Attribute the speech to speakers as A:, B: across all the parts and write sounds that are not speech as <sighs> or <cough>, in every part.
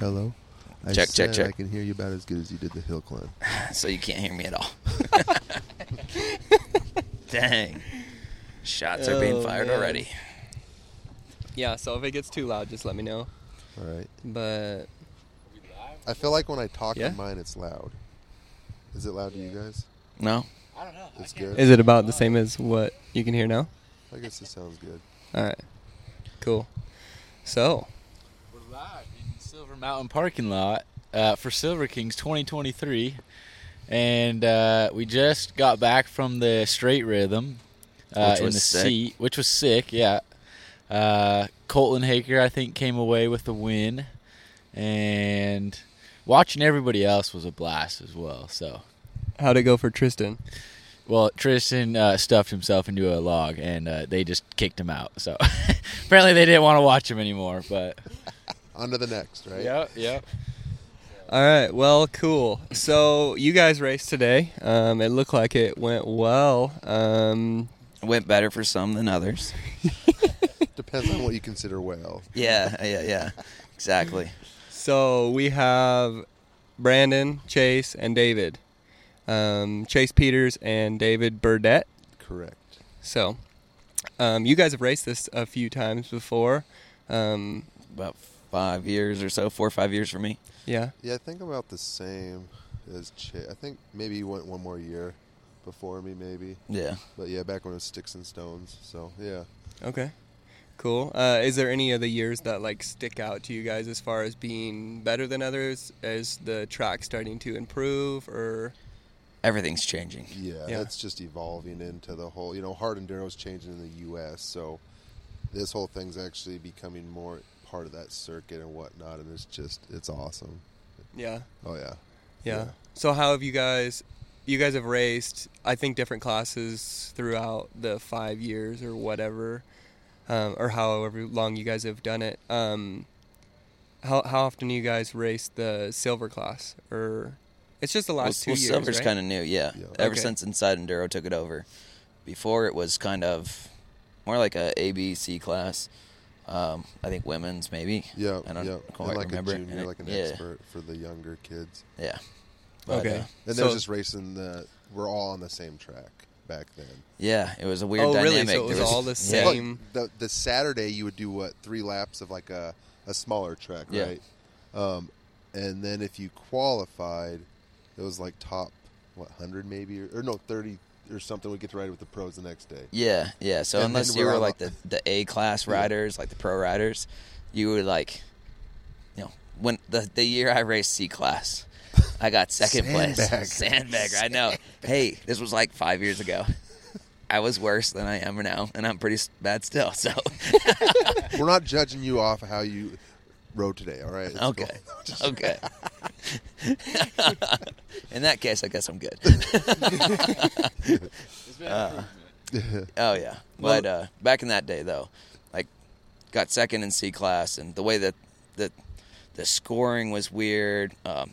A: Hello. I
B: Check, check,
A: said
B: check.
A: I can hear you about as good as you did the hill climb.
B: so you can't hear me at all. <laughs> Dang. Shots are being
C: Oh,
B: fired
C: man.
B: already.
C: <laughs> Yeah, so if it gets too loud, just let me know.
A: All right.
C: But
A: I feel like when I talk
C: Yeah?
A: on mine, it's loud. Is it loud to you guys?
B: No?
D: I don't know.
A: It's good.
C: is it about the same as what you can hear now?
A: I guess it sounds good.
C: All right. Cool. So,
D: We're live in Silver Mountain parking lot uh, for Silver Kings 2023, and uh, we just got back from the straight rhythm uh,
B: Which
D: in
B: was
D: the
B: sick.
D: seat, which was sick. Yeah, uh, Colton Haker I think came away with the win, and watching everybody else was a blast as well. So,
C: how'd it go for Tristan?
D: well, Tristan uh, stuffed himself into a log, and uh, they just kicked him out. So, <laughs> apparently they didn't want to watch him anymore, but.
A: On to the next, right?
D: Yep, yep.
C: All right. Well, cool. So you guys raced today. Um, it looked like it went well. Um,
B: Went better for some than others.
A: Depends on what you consider well.
B: <laughs> Yeah, yeah, yeah. Exactly.
C: so we have Brandon, Chase, and David. Um, Chase Peters and David Burdett.
A: <laughs> Correct.
C: So um, you guys have raced this a few times before. Um,
B: About five years or so, four or five years for me.
C: yeah.
A: Yeah, I think I'm about the same as Chase. I think maybe you went one more year before me, maybe.
B: Yeah.
A: But yeah, back when it was sticks and stones. So yeah.
C: Okay. Cool. Uh, is there any of the years that like stick out to you guys as far as being better than others? Is the track starting to improve or?
B: Everything's changing.
A: Yeah,
C: Yeah.
A: that's just evolving into the whole. You know, hard enduro is changing in the U.S., so this whole thing's actually becoming more part of that circuit and whatnot, and it's just it's awesome.
C: Yeah.
A: Oh yeah,
C: Yeah.
A: Yeah.
C: So how have you guys? You guys have raced, I think, different classes throughout the five years or whatever, um, or however long you guys have done it. Um, how how often do you guys race the silver class, or it's just the
B: Well,
C: last two
B: well,
C: years?
B: silver's
C: right?
B: kind of new, yeah.
A: Yeah.
B: Ever
C: Okay.
B: since Inside Enduro took it over. Before it was kind of more like a A B C class. Um, I think women's maybe.
A: yeah,
B: I don't
A: yeah.
B: quite
A: and like
B: remember.
A: a
B: And
A: junior,
B: it-
A: like an
B: yeah,
A: expert for the younger kids,
B: Yeah.
C: okay.
B: uh,
A: and
C: So-
A: they're just racing the. We're all on the same track back then.
B: yeah, it was a weird
C: Oh, really?
B: dynamic.
C: So it
B: There
C: was all the
B: yeah.
A: Look,
C: same-
A: the the Saturday you would do what three laps of like a a smaller track,
B: Yeah.
A: right? Um, and then if you qualified, it was like top what hundred maybe or, or no thirty or something. We get to ride with the pros the next day.
B: Yeah, yeah. So
A: And
B: unless
A: then
B: you
A: we're
B: were
A: on
B: like
A: the-
B: the, the A class
A: Yeah.
B: riders, like the pro riders, you were like, you know, when the the year I raced C class, I got second
A: Sandbag.
B: place. Sandbag. I
C: <laughs>
B: know. Hey, this was like five years ago. I was worse than I am now, and I'm pretty s- bad still. <laughs> So
A: We're not judging you off how you rode today. All right. It's cool. <laughs>
B: okay, okay. <laughs> In that case, I guess I'm good. Uh, Oh yeah, but uh, back in that day though, like got second in C class, and the way that the the scoring was weird. Um,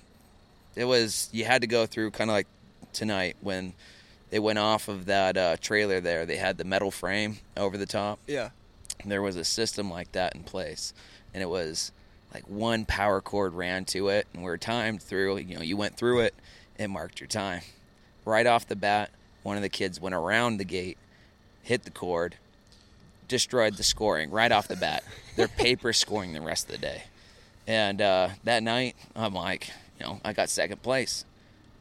B: it was you had to go through kind of like tonight when they went off of that uh, trailer there. They had the metal frame over the top.
C: yeah.
B: There was a system like that in place, and it was like one power cord ran to it, and we were timed through. You know, you went through it, it marked your time. Right off the bat, one of the kids went around the gate, hit the cord, destroyed the scoring right off the bat. They're paper scoring the rest of the day. And uh, that night, I'm like, you know, I got second place,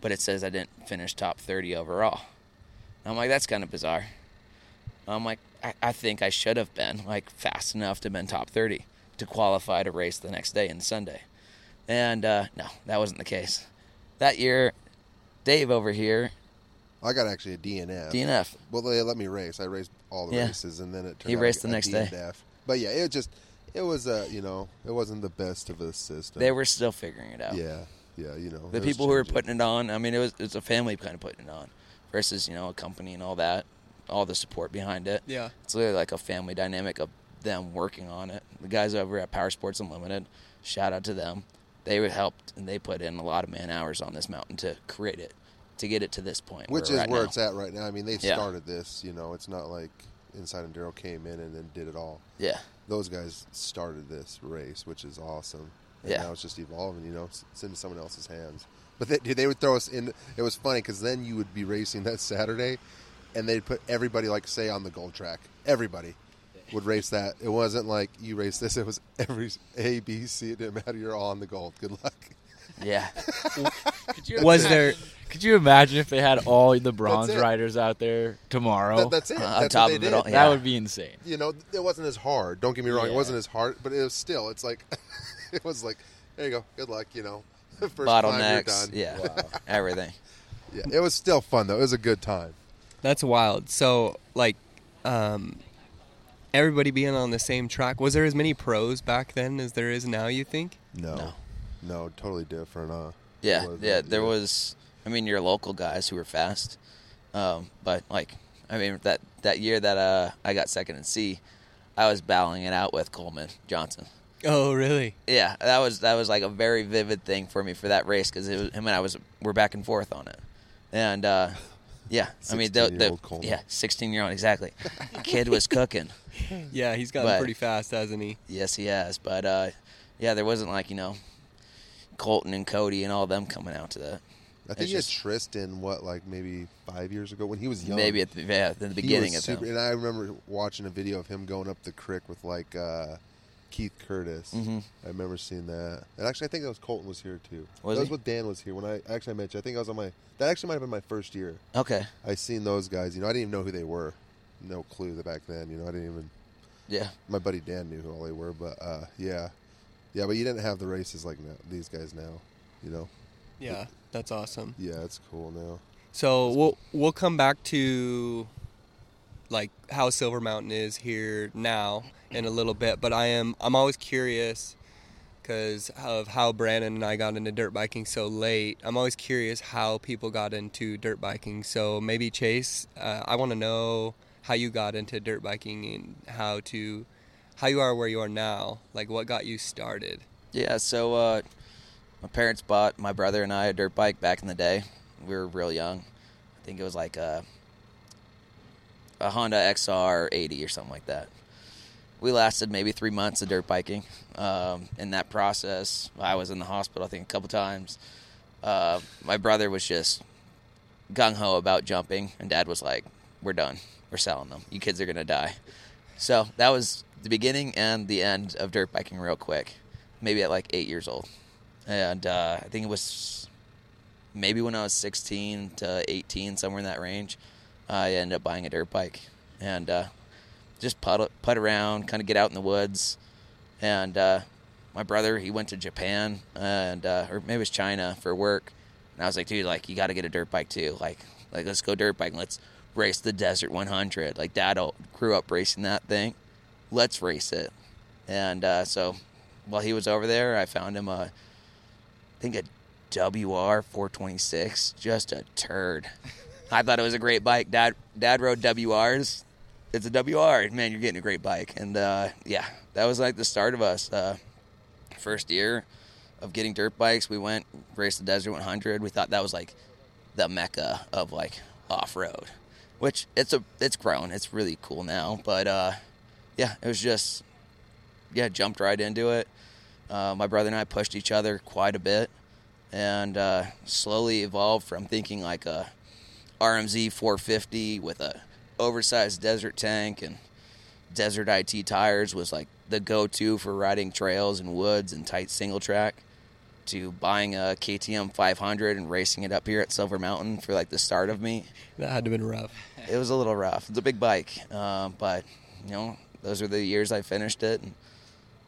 B: but it says I didn't finish top 30 overall. I'm like, that's kind of bizarre. I'm like, I, I think I should have been like fast enough to have been top 30 to qualify to race the next day and Sunday. And uh, no, that wasn't the case. That year, Dave over here,
A: I got actually a DNF.
B: DNF.
A: Well, they let me race. I raced all the
B: Yeah.
A: races, and then it turned
B: He
A: out
B: raced
A: I
B: the
A: got
B: next day.
A: DNF. But yeah, it just it was a you know it wasn't the best of a system.
B: They were still figuring it out.
A: yeah yeah you know
B: the
A: it was
B: people who were
A: changing.
B: putting it on. I mean, it was it's a family kind of putting it on, versus you know a company and all that, all the support behind it.
C: Yeah.
B: it's literally like a family dynamic of them working on it. The guys over at Power Sports Unlimited, shout out to them. They were helped and they put in a lot of man hours on this mountain to create it, to get it to this point.
A: which
B: we're
A: is
B: at
A: where
B: now.
A: it's at right now. I mean, they
B: Yeah.
A: started this. You know, it's not like Inside Enduro came in and then did it all.
B: Yeah,
A: Those guys started this race, which is awesome. and
B: Yeah.
A: now it's just evolving. You know, it's, it's in someone else's hands. But they, dude, they would throw us in. It was funny because then you would be racing that Saturday, and they'd put everybody like say on the gold track. Everybody would race that. It wasn't like you race this. It was every A, B, C. It didn't matter. You're all on the gold. Good luck.
B: Yeah.
A: <laughs>
D: Could you
C: Was
D: imagine-
C: there?
D: Could you imagine if they had all the bronze
A: it.
D: riders out there tomorrow?
A: That, that's it.
B: On
A: that's
B: top
A: what they
B: of it
A: did.
B: all,
D: That
B: Yeah.
D: would be insane.
A: you know, it wasn't as hard. Don't get me wrong,
D: Yeah.
A: it wasn't as hard, but it was still. It's like, <laughs> it was like, there you go, good luck. You know, <laughs> <laughs> first climb, you're
B: Bottlenecks.
A: done.
B: Yeah. <laughs> Everything.
A: yeah. It was still fun though. It was a good time.
C: That's wild. So like, um, everybody being on the same track. Was there as many pros back then as there is now? You think?
A: No,
B: No.
A: no, totally different. Huh? It
B: Yeah,
A: wasn't,
B: yeah. There was, I mean, your local guys who were fast, um, but like, I mean, that that year that uh, I got second in C, I was battling it out with Coleman Johnson.
C: Oh, really?
B: Yeah, that was that was like a very vivid thing for me for that race because it was him and I was we're back and forth on it, and uh, yeah, I mean, the, the
A: 16-year-old Coleman.
B: yeah, sixteen year old exactly, kid was cooking.
C: Yeah, he's gotten
B: But-
C: pretty fast, hasn't he?
B: Yes, he has, but uh, yeah, there wasn't like you know, Colton and Cody and all them coming out to that.
A: I think
B: It's
A: you had
B: just-
A: Tristan what like maybe five years ago when he was young.
B: Maybe at the, yeah, the
A: He
B: beginning of
A: was
B: them.
A: super- And I remember watching a video of him going up the creek with like uh, Keith Curtis.
B: Mhm.
A: I remember seeing that. And actually, I think that was Colton was here too.
B: Was
A: that
B: he?
A: was what Dan was here when I actually I met you. I think I was on my that actually might have been my first year.
B: Okay.
A: I seen those guys. You know, I didn't even know who they were. No clue that back then. You know, I didn't even.
B: Yeah.
A: My buddy Dan knew who all they were, but uh, yeah, yeah. But you didn't have the races like now, these guys now. You know,
C: Yeah, that's awesome.
A: yeah, it's cool now.
C: So we'll we'll come back to like how Silver Mountain is here now in a little bit, but I am I'm always curious because of how Brandon and I got into dirt biking so late. I'm always curious how people got into dirt biking. So maybe Chase, uh, I want to know how you got into dirt biking and how to how you are where you are now. Like what got you started?
B: Yeah. So uh, my parents bought my brother and I a dirt bike back in the day. We were real young. I think it was like a, a Honda XR80 or something like that. We lasted maybe three months of dirt biking. Um, in that process, I was in the hospital, I think, a couple times. Uh, my brother was just gung ho about jumping, and dad was like, We're done. We're selling them. You kids are going to die. So that was the beginning and the end of dirt biking, real quick. Maybe at like eight years old. And uh, I think it was maybe when I was 16 to 18, somewhere in that range, I ended up buying a dirt bike and uh, just putt, putt around, kind of get out in the woods. And uh, my brother, he went to Japan and uh, or maybe it was China for work. And I was like, dude, like you got to get a dirt bike too. Like, like let's go dirt biking. Let's race the Desert 100. Like dad all- grew up racing that thing. Let's race it. And uh, so while he was over there, I found him a I think a WR 426, just a turd. I thought it was a great bike. Dad, dad rode WRs. It's a WR, man. You're getting a great bike, and uh, yeah, that was like the start of us. Uh, first year of getting dirt bikes, we went raced the Desert 100. We thought that was like the mecca of like off road, which it's a it's grown. It's really cool now, but uh, yeah, it was just yeah, jumped right into it. Uh, my brother and I pushed each other quite a bit, and uh, slowly evolved from thinking like a RMZ 450 with a oversized desert tank and desert IT tires was like the go-to for riding trails and woods and tight single track to buying a KTM 500 and racing it up here at Silver Mountain for like the start of me
C: That had to have been rough.
B: it was a little rough. It's a big bike, uh, but you know, those were the years I finished it. And,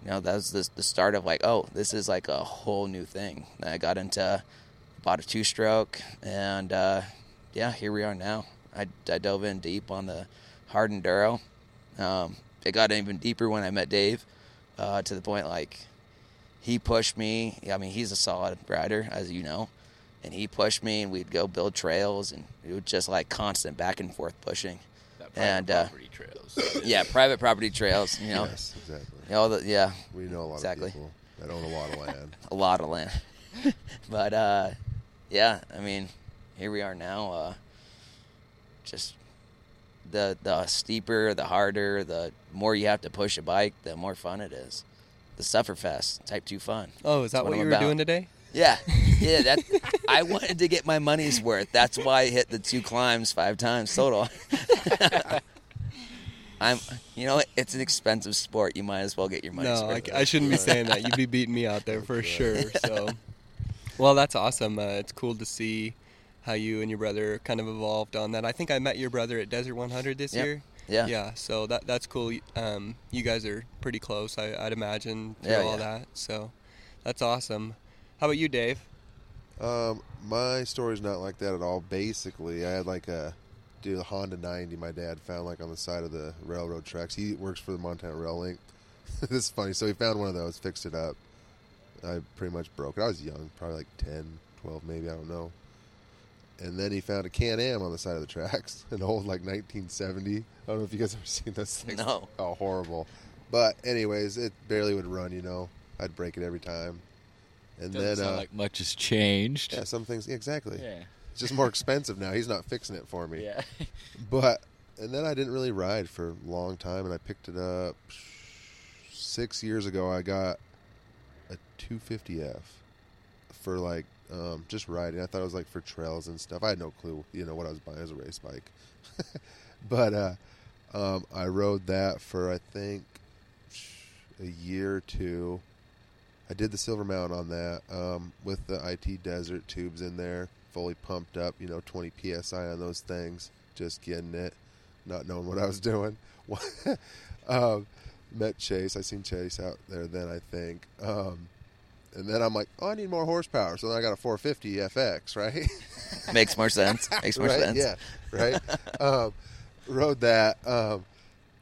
B: you know, that was the, the start of like, oh, this is like a whole new thing. And I got into, bought a two stroke, and uh, yeah, here we are now. I, I dove in deep on the hard enduro. Um, it got even deeper when I met Dave, uh, to the point like he pushed me. I mean, he's a solid rider, as you know. And he pushed me, and we'd go build trails, and it was just like constant back and forth pushing. And, uh,
D: property trails.
B: Yeah, private property trails, you know.
A: Yes, exactly.
B: You know, the, yeah,
A: We know a lot
B: Exactly.
A: of people that own a lot of land.
B: a lot of land. <laughs> but uh, yeah, I mean, here we are now. Uh, just the the steeper, the harder, the more you have to push a bike, the more fun it is. the Sufferfest Type Two Fun.
C: Oh, is that
B: what
C: what
B: I'm
C: you were
B: about.
C: doing today? <laughs>
B: Yeah, yeah. That I wanted to get my money's worth. That's why I hit the two climbs five times total. <laughs> I'm, you know, it's an expensive sport. You might as well get your money's
C: no, I,
B: worth.
C: c- I shouldn't be saying that. <laughs> You'd be beating me out there for sure. So, <laughs> well, that's awesome. Uh, it's cool to see how you and your brother kind of evolved on that. I think I met your brother at Desert 100 this
B: Yep.
C: year.
B: Yeah.
C: Yeah. So that that's cool. Um, you guys are pretty close, I, I'd imagine, through
B: Yeah,
C: all
B: yeah.
C: that. So, that's awesome. How about you, Dave?
A: Um, my story's not like that at all. Basically, I had like a dude a Honda 90 my dad found like on the side of the railroad tracks. He works for the Montana Rail Link. <laughs> this is funny. So he found one of those, fixed it up. I pretty much broke it. I was young, probably like 10, 12 maybe, I don't know. And then he found a Can-Am on the side of the tracks, <laughs> an old like 1970. I don't know if you guys <laughs> ever seen those things.
B: No.
A: Oh, horrible. But anyways, it barely would run, you know. I'd break it every time. <laughs> And
D: Doesn't
A: then
D: sound
A: uh,
D: like much has changed.
A: yeah, some things yeah, exactly. <laughs>
D: Yeah.
A: It's just more expensive now. He's not fixing it for me.
D: Yeah.
A: But and then I didn't really ride for a long time, and I picked it up six years ago. I got a 250F for like um, just riding. I thought it was like for trails and stuff. I had no clue, you know, what I was buying as a race bike. <laughs> but uh, um, I rode that for I think a year or two. I did the Silver Mountain on that um, with the IT Desert tubes in there, fully pumped up, you know, 20 psi on those things, just getting it, not knowing what I was doing. <laughs> um, met Chase. I seen Chase out there then, I think. Um, and then I'm like, oh, I need more horsepower. So then I got a 450 FX, right? <laughs>
B: <laughs> Makes more sense. Makes more
A: right?
B: sense.
A: Yeah,
B: <laughs>
A: right. um, rode that, um,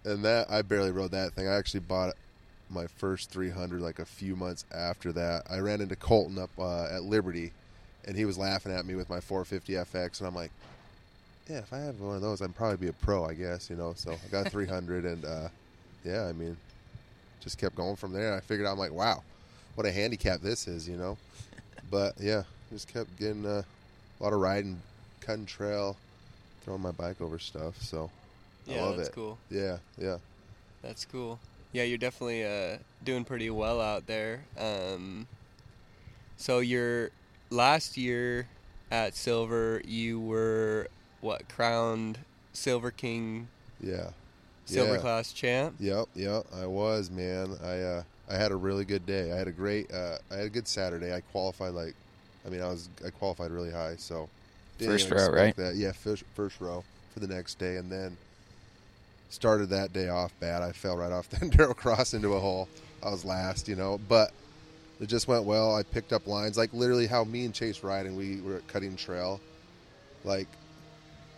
A: and that I barely rode that thing. I actually bought my first 300 like a few months after that. I ran into Colton up uh, at Liberty, and he was laughing at me with my 450 FX, and I'm like, yeah, if I had one of those, I'd probably be a pro, I guess, you know. So I
B: <laughs>
A: got a 300, and uh, yeah, I mean, just kept going from there. I figured out, I'm like, wow, what a handicap this is, you know. But yeah, just kept getting uh, a lot of riding, cutting trail, throwing my bike over stuff. So I love
C: that's
A: it.
C: cool.
A: Yeah, yeah.
C: That's cool. Yeah, you're definitely uh, doing pretty well out there. Um, so your last year at Silver, you were what crowned Silver King,
A: Yeah.
C: Silver
A: Yeah.
C: Class champ.
A: Yep, yep. I was man. I uh, I had a really good day. I had a great. Uh, I had a good Saturday. I qualified like, I mean, I was I qualified really high. So
B: First
A: even
B: row,
A: expect
B: right?
A: That. Yeah, first, first row for the next day, and then started that day off bad. I fell right off the <laughs> enduro cross into a hole. I was last, you know, but it just went well. I picked up lines like literally how me and Chase ride, and we were cutting trail, like.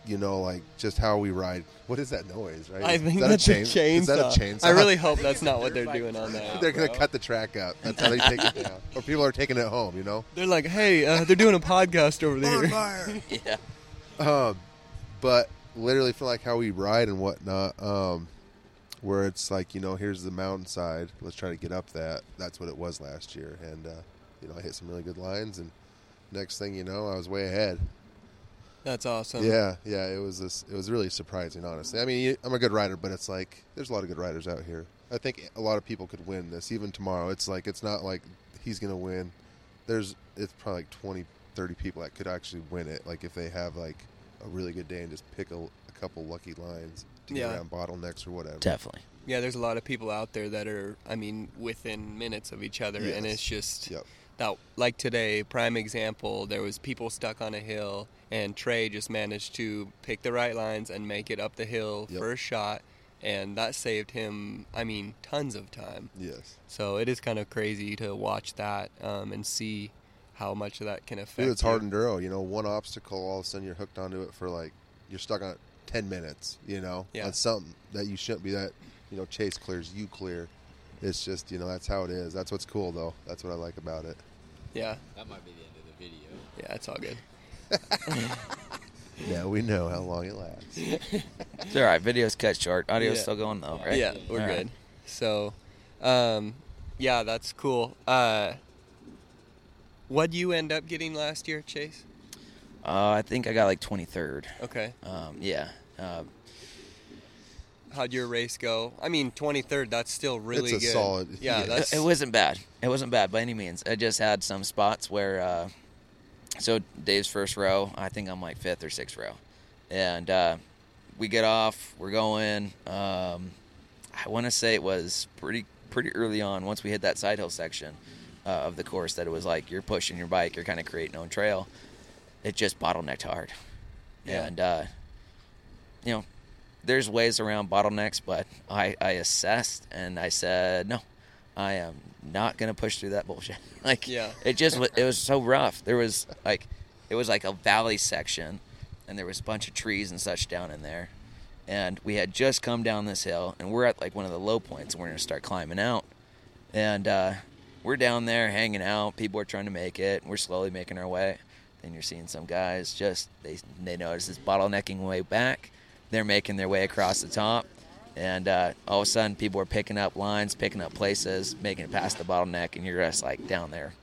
A: You know, like just how we ride. What is that noise? Right?
C: <laughs> I
A: Is
C: think
A: that
C: that's
A: chain-
C: a chainsaw.
A: Is that a chainsaw? <laughs>
C: I really hope that's not what they're doing on that.
A: They're
C: <laughs>
A: gonna cut the track up. That's how they take it down. Or people are taking it home, you know.
C: They're like, hey, uh, they're doing a podcast over there.
B: <laughs> Yeah.
A: um, but literally for like how we ride and whatnot, um, where it's like you know here's the mountainside, let's try to get up that. That's what it was last year, and uh, you know I hit some really good lines, and next thing you know I was way ahead.
C: <laughs> That's awesome.
A: Yeah, yeah, it was this. It was really surprising, honestly. I mean, you- I'm a good rider, but it's like there's a lot of good riders out here. I think a lot of people could win this even tomorrow. It's like it's not like he's gonna win. There's it's probably like 20, 30 people that could actually win it. Like if they have like a really good day and just pick a, a couple lucky lines to
C: Yeah.
A: get around bottlenecks or whatever.
B: Definitely.
C: Yeah, there's a lot of people out there that are, I mean, within minutes of each other, and
A: Yes.
C: it's just
A: Yep.
C: that, like today, prime example. There was people stuck on a hill, and Trey just managed to pick the right lines and make it up the hill
A: Yep.
C: first shot, and that saved him, I mean, tons of time.
A: Yes.
C: So it is kind of crazy to watch that um, and see how much of that can affect.
A: Dude, it's
C: you.
A: hard enduro. You know, one obstacle, all of a sudden you're hooked onto it for like you're stuck on it ten minutes. You know,
C: Yeah.
A: on something that you shouldn't be. That you know, chase clears, you clear. It's just you know that's how it is. That's what's cool though. That's what I like about it.
C: Yeah,
E: That might be the end of the video.
C: yeah, it's all good.
A: Now we know how long it lasts.
B: It's all right. Video's cut short. Audio's
C: Yeah.
B: still going though, right?
C: Yeah, we're
B: All
C: good.
B: right.
C: So, um, yeah, that's cool. Uh, what'd you end up getting last year, Chase?
B: Uh, I think I got like 23rd.
C: Okay.
B: Um, yeah. Uh,
C: how'd your race go? I mean, 23rd. That's still really
A: It's a
C: good.
A: solid-
C: Yeah,
A: yeah.
C: that's
B: it wasn't bad. It wasn't bad by any means. I just had some spots where, uh, so Dave's first row, I think I'm like fifth or sixth row, and uh, we get off, we're going. Um, I want to say it was pretty pretty early on. Once we hit that side hill section uh, of the course, that it was like you're pushing your bike, you're kind of creating own trail. It just bottlenecked hard,
C: Yeah.
B: and uh, you know, there's ways around bottlenecks, but I, I assessed and I said, no, I am not going to push through that bullshit. <laughs> like,
C: Yeah.
B: it just was, it was so rough. There was like, it was like a valley section and there was a bunch of trees and such down in there. And we had just come down this hill and we're at like one of the low points and we're going to start climbing out. And uh, we're down there hanging out. People are trying to make it. And we're slowly making our way. Then you're seeing some guys just they they notice this bottlenecking way back. They're making their way across the top, and uh, all of a sudden people are picking up lines, picking up places, making it past the bottleneck, and you're just like down there,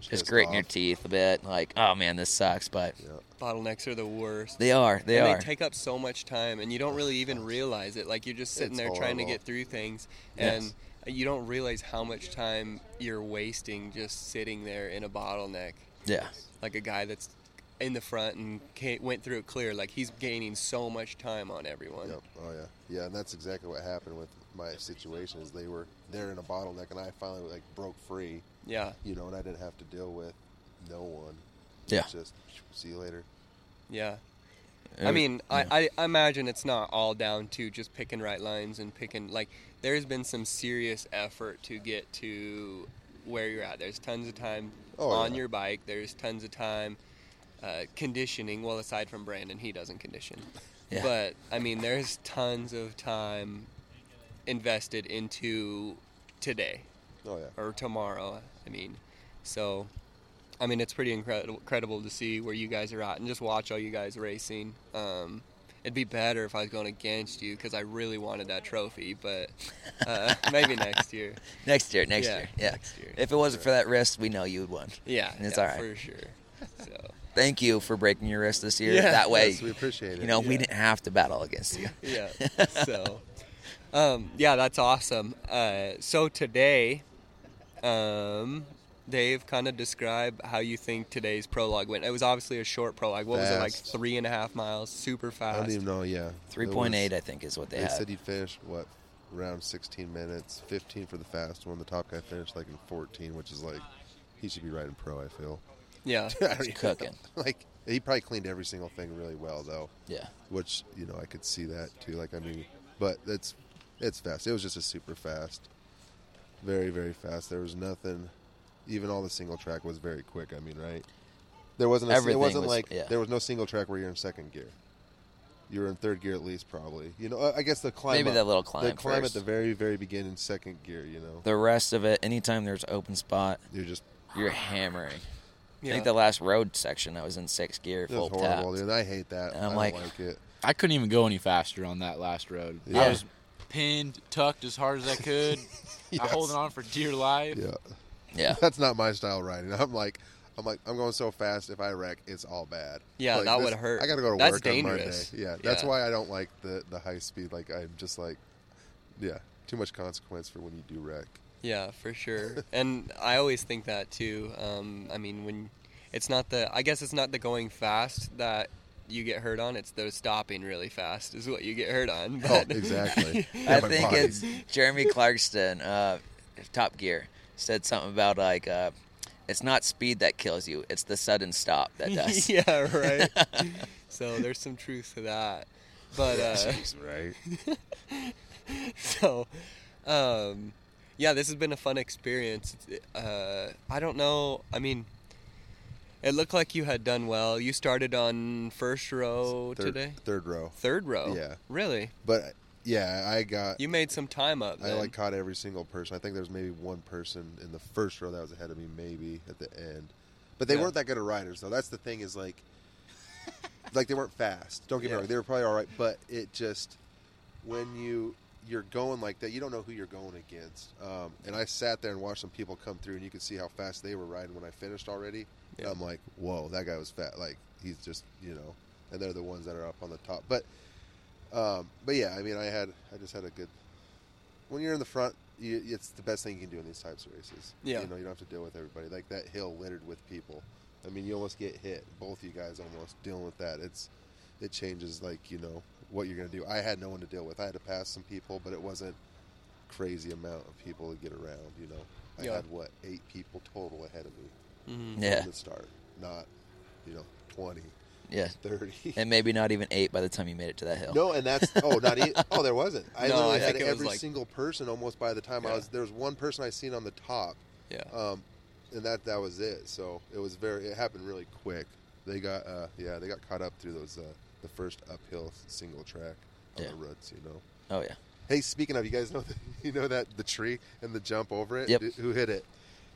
B: just
A: Pissed
B: gritting your
A: off.
B: teeth a bit, like oh man, this sucks. But
A: Yeah.
C: bottlenecks are the worst.
B: they are, they
C: and
B: are.
C: they take up so much time and you don't really even realize it like you're just sitting
A: It's
C: there trying to
A: horrible.
C: get through things and
B: Yes.
C: you don't realize how much time you're wasting just sitting there in a bottleneck
B: yeah,
C: like a guy that's in the front and ca went through it clear like he's gaining so much time on everyone
A: Yep. Oh yeah. Yeah, and that's exactly what happened with my situation. Is they were there in a bottleneck, and I finally like broke free.
C: yeah
A: You know, and I didn't have to deal with no one.
B: yeah.
A: It's just see you later.
C: yeah I mean, I, I imagine it's not all down to just picking right lines and picking like there's been some serious effort to get to where you're at. There's tons of time
A: Oh,
C: on
A: yeah.
C: your bike. There's tons of time uh, conditioning. Well, aside from Brandon, he doesn't condition.
B: Yeah.
C: But I mean, there's tons of time invested into today
A: Oh yeah.
C: or tomorrow. I mean, so I mean it's pretty incredible incredible to see where you guys are at and just watch all you guys racing. Um, it'd be better if I was going against you because I really wanted that trophy, but uh, <laughs> maybe next year.
B: next year, next
C: Yeah,
B: year, yeah.
C: next year.
B: If it wasn't for that wrist, we know you'd won.
C: Yeah,
B: It's
C: yeah,
B: all right.
C: for sure. So
B: Thank you for breaking your wrist this year.
C: Yeah.
B: that way,
A: Yes, we appreciate it.
B: you know, we
C: Yeah.
B: didn't have to battle
A: <laughs>
B: against you.
C: yeah, so um, yeah, that's awesome. Uh, so today, um, Dave, kind of describe how you think today's prologue went. It was obviously a short prologue. What was it like?
A: Fast.
C: Three and a half miles, super fast.
A: I don't even know. Yeah.
B: Three point eight, I think, is what they,
A: They
B: had.
A: said he finished what around 16 minutes, 15 for the fast one. The top guy finished like in 14, which is like he should be riding pro. I feel. <laughs>
C: Yeah.
A: He's
B: cooking.
A: <laughs> like he probably cleaned every single thing really well though,
B: yeah,
A: which you know I could see that too. Like I mean, but it's it's fast. It was just a super fast, very very fast. There was nothing. Even all the single track was very quick. I mean, right? There wasn't. A, it
B: Everything
A: wasn't
B: was-
A: like
B: yeah.
A: there was no single track where you're in second gear. You were in third gear at least, probably. You know, I- I guess the climb.
B: Maybe
A: up,
B: that little
A: The
B: climb
A: climb
B: first.
A: at the very very beginning, second gear. You know,
B: the rest of it, anytime there's open spot,
A: you're just
B: you're hammering. I
C: Yeah.
B: think the last road section, I was in sixth gear,
A: it was
B: full
A: horrible,
B: tap.
A: dude. I hate that.
B: And
A: I
B: I'm
A: don't
B: like-
A: like it.
D: I couldn't even go any faster on that last road.
B: Yeah.
D: I was pinned, tucked as hard as I
A: <laughs>
D: could. I holding on for dear life.
A: Yeah.
B: Yeah,
A: <laughs> that's not my style of riding. <laughs> I'm like, I'm like, I'm going so fast. If I wreck, it's all bad.
C: Yeah,
A: Like,
C: that
A: this-
C: would hurt.
A: I got to go to
C: That's
A: work
C: dangerous.
A: on Monday. Yeah, that's
C: Yeah.
A: why I don't like the the high speed. Like I'm just like, yeah, too much consequence for when you do
C: <laughs>
A: wreck.
C: Yeah, for sure. and I always think that too. Um, I mean, when it's not the, I guess it's not the going fast that you get hurt on. It's the stopping really fast is what you get hurt on.
A: Oh,
C: <laughs> But
A: exactly. Yeah,
B: I
A: my
B: think
A: body.
B: it's Jeremy Clarkston, uh, Top Gear, said something about like, uh, it's not speed that kills you; it's the sudden stop
A: <laughs>
B: that does.
C: <laughs> yeah, right. so there's some truth to that. But
A: <laughs>
C: uh,
A: Jeez, right.
C: <laughs> so um yeah this has been a fun experience It's- uh i don't know i mean it looked like you had done well you started on first row
A: Third,
C: Oh, today
A: third row.
C: third row
A: Yeah.
C: really
A: But yeah, I got.
C: you made some time up
A: I
C: then.
A: like caught every single person. I think there was maybe one person in the first row that was ahead of me, maybe at the end. But they
C: Yeah.
A: weren't that good at riders, though. That's the thing is like,
C: <laughs>
A: like they weren't fast. Don't get
C: Yeah.
A: me wrong; they were probably all right. But it just when you you're going like that, you don't know who you're going against. Um, and I sat there and watched some people come through, and you could see how fast they were riding when I finished already.
C: Yeah.
A: And I'm like, whoa, that guy was fat. Like he's just you know, and they're the ones that are up on the top. But Um, but yeah, I mean, I had I just had a good. When you're in the front, you, it's the best thing you can do in these types of races.
C: Yeah.
A: you know, you don't have to deal with everybody. Like that hill littered with people. I mean, you almost get hit. Both you guys almost dealing with that. It's it changes like you know what you're gonna do. I had no one to deal with. I had to pass some people, but it wasn't crazy amount of people to get around. You know, I
C: Yeah.
A: had what eight people total ahead of me
B: Yeah.
C: Mm-hmm.
A: from the start, not you know 20,
B: Yeah.
C: <laughs>
A: 30.
B: And maybe not even eight by the time you made it to that hill.
A: No, and that's oh, not
C: <laughs>
A: even, oh, there wasn't. I
C: No, I
A: literally
C: think
A: had
C: it was
A: every
C: like-
A: single person almost by the time I
C: Yeah.
A: was there was one person I seen on the top,
C: Yeah.
A: um, and that that was it. So it was very it happened really quick. They got uh, yeah they got caught up through those uh, the first uphill single track on
B: Yeah.
A: the roots, you know.
B: Oh yeah.
A: Hey, speaking of, you guys know the, <laughs> you know that the tree and the jump over it.
B: Yep.
A: Did- who hit it?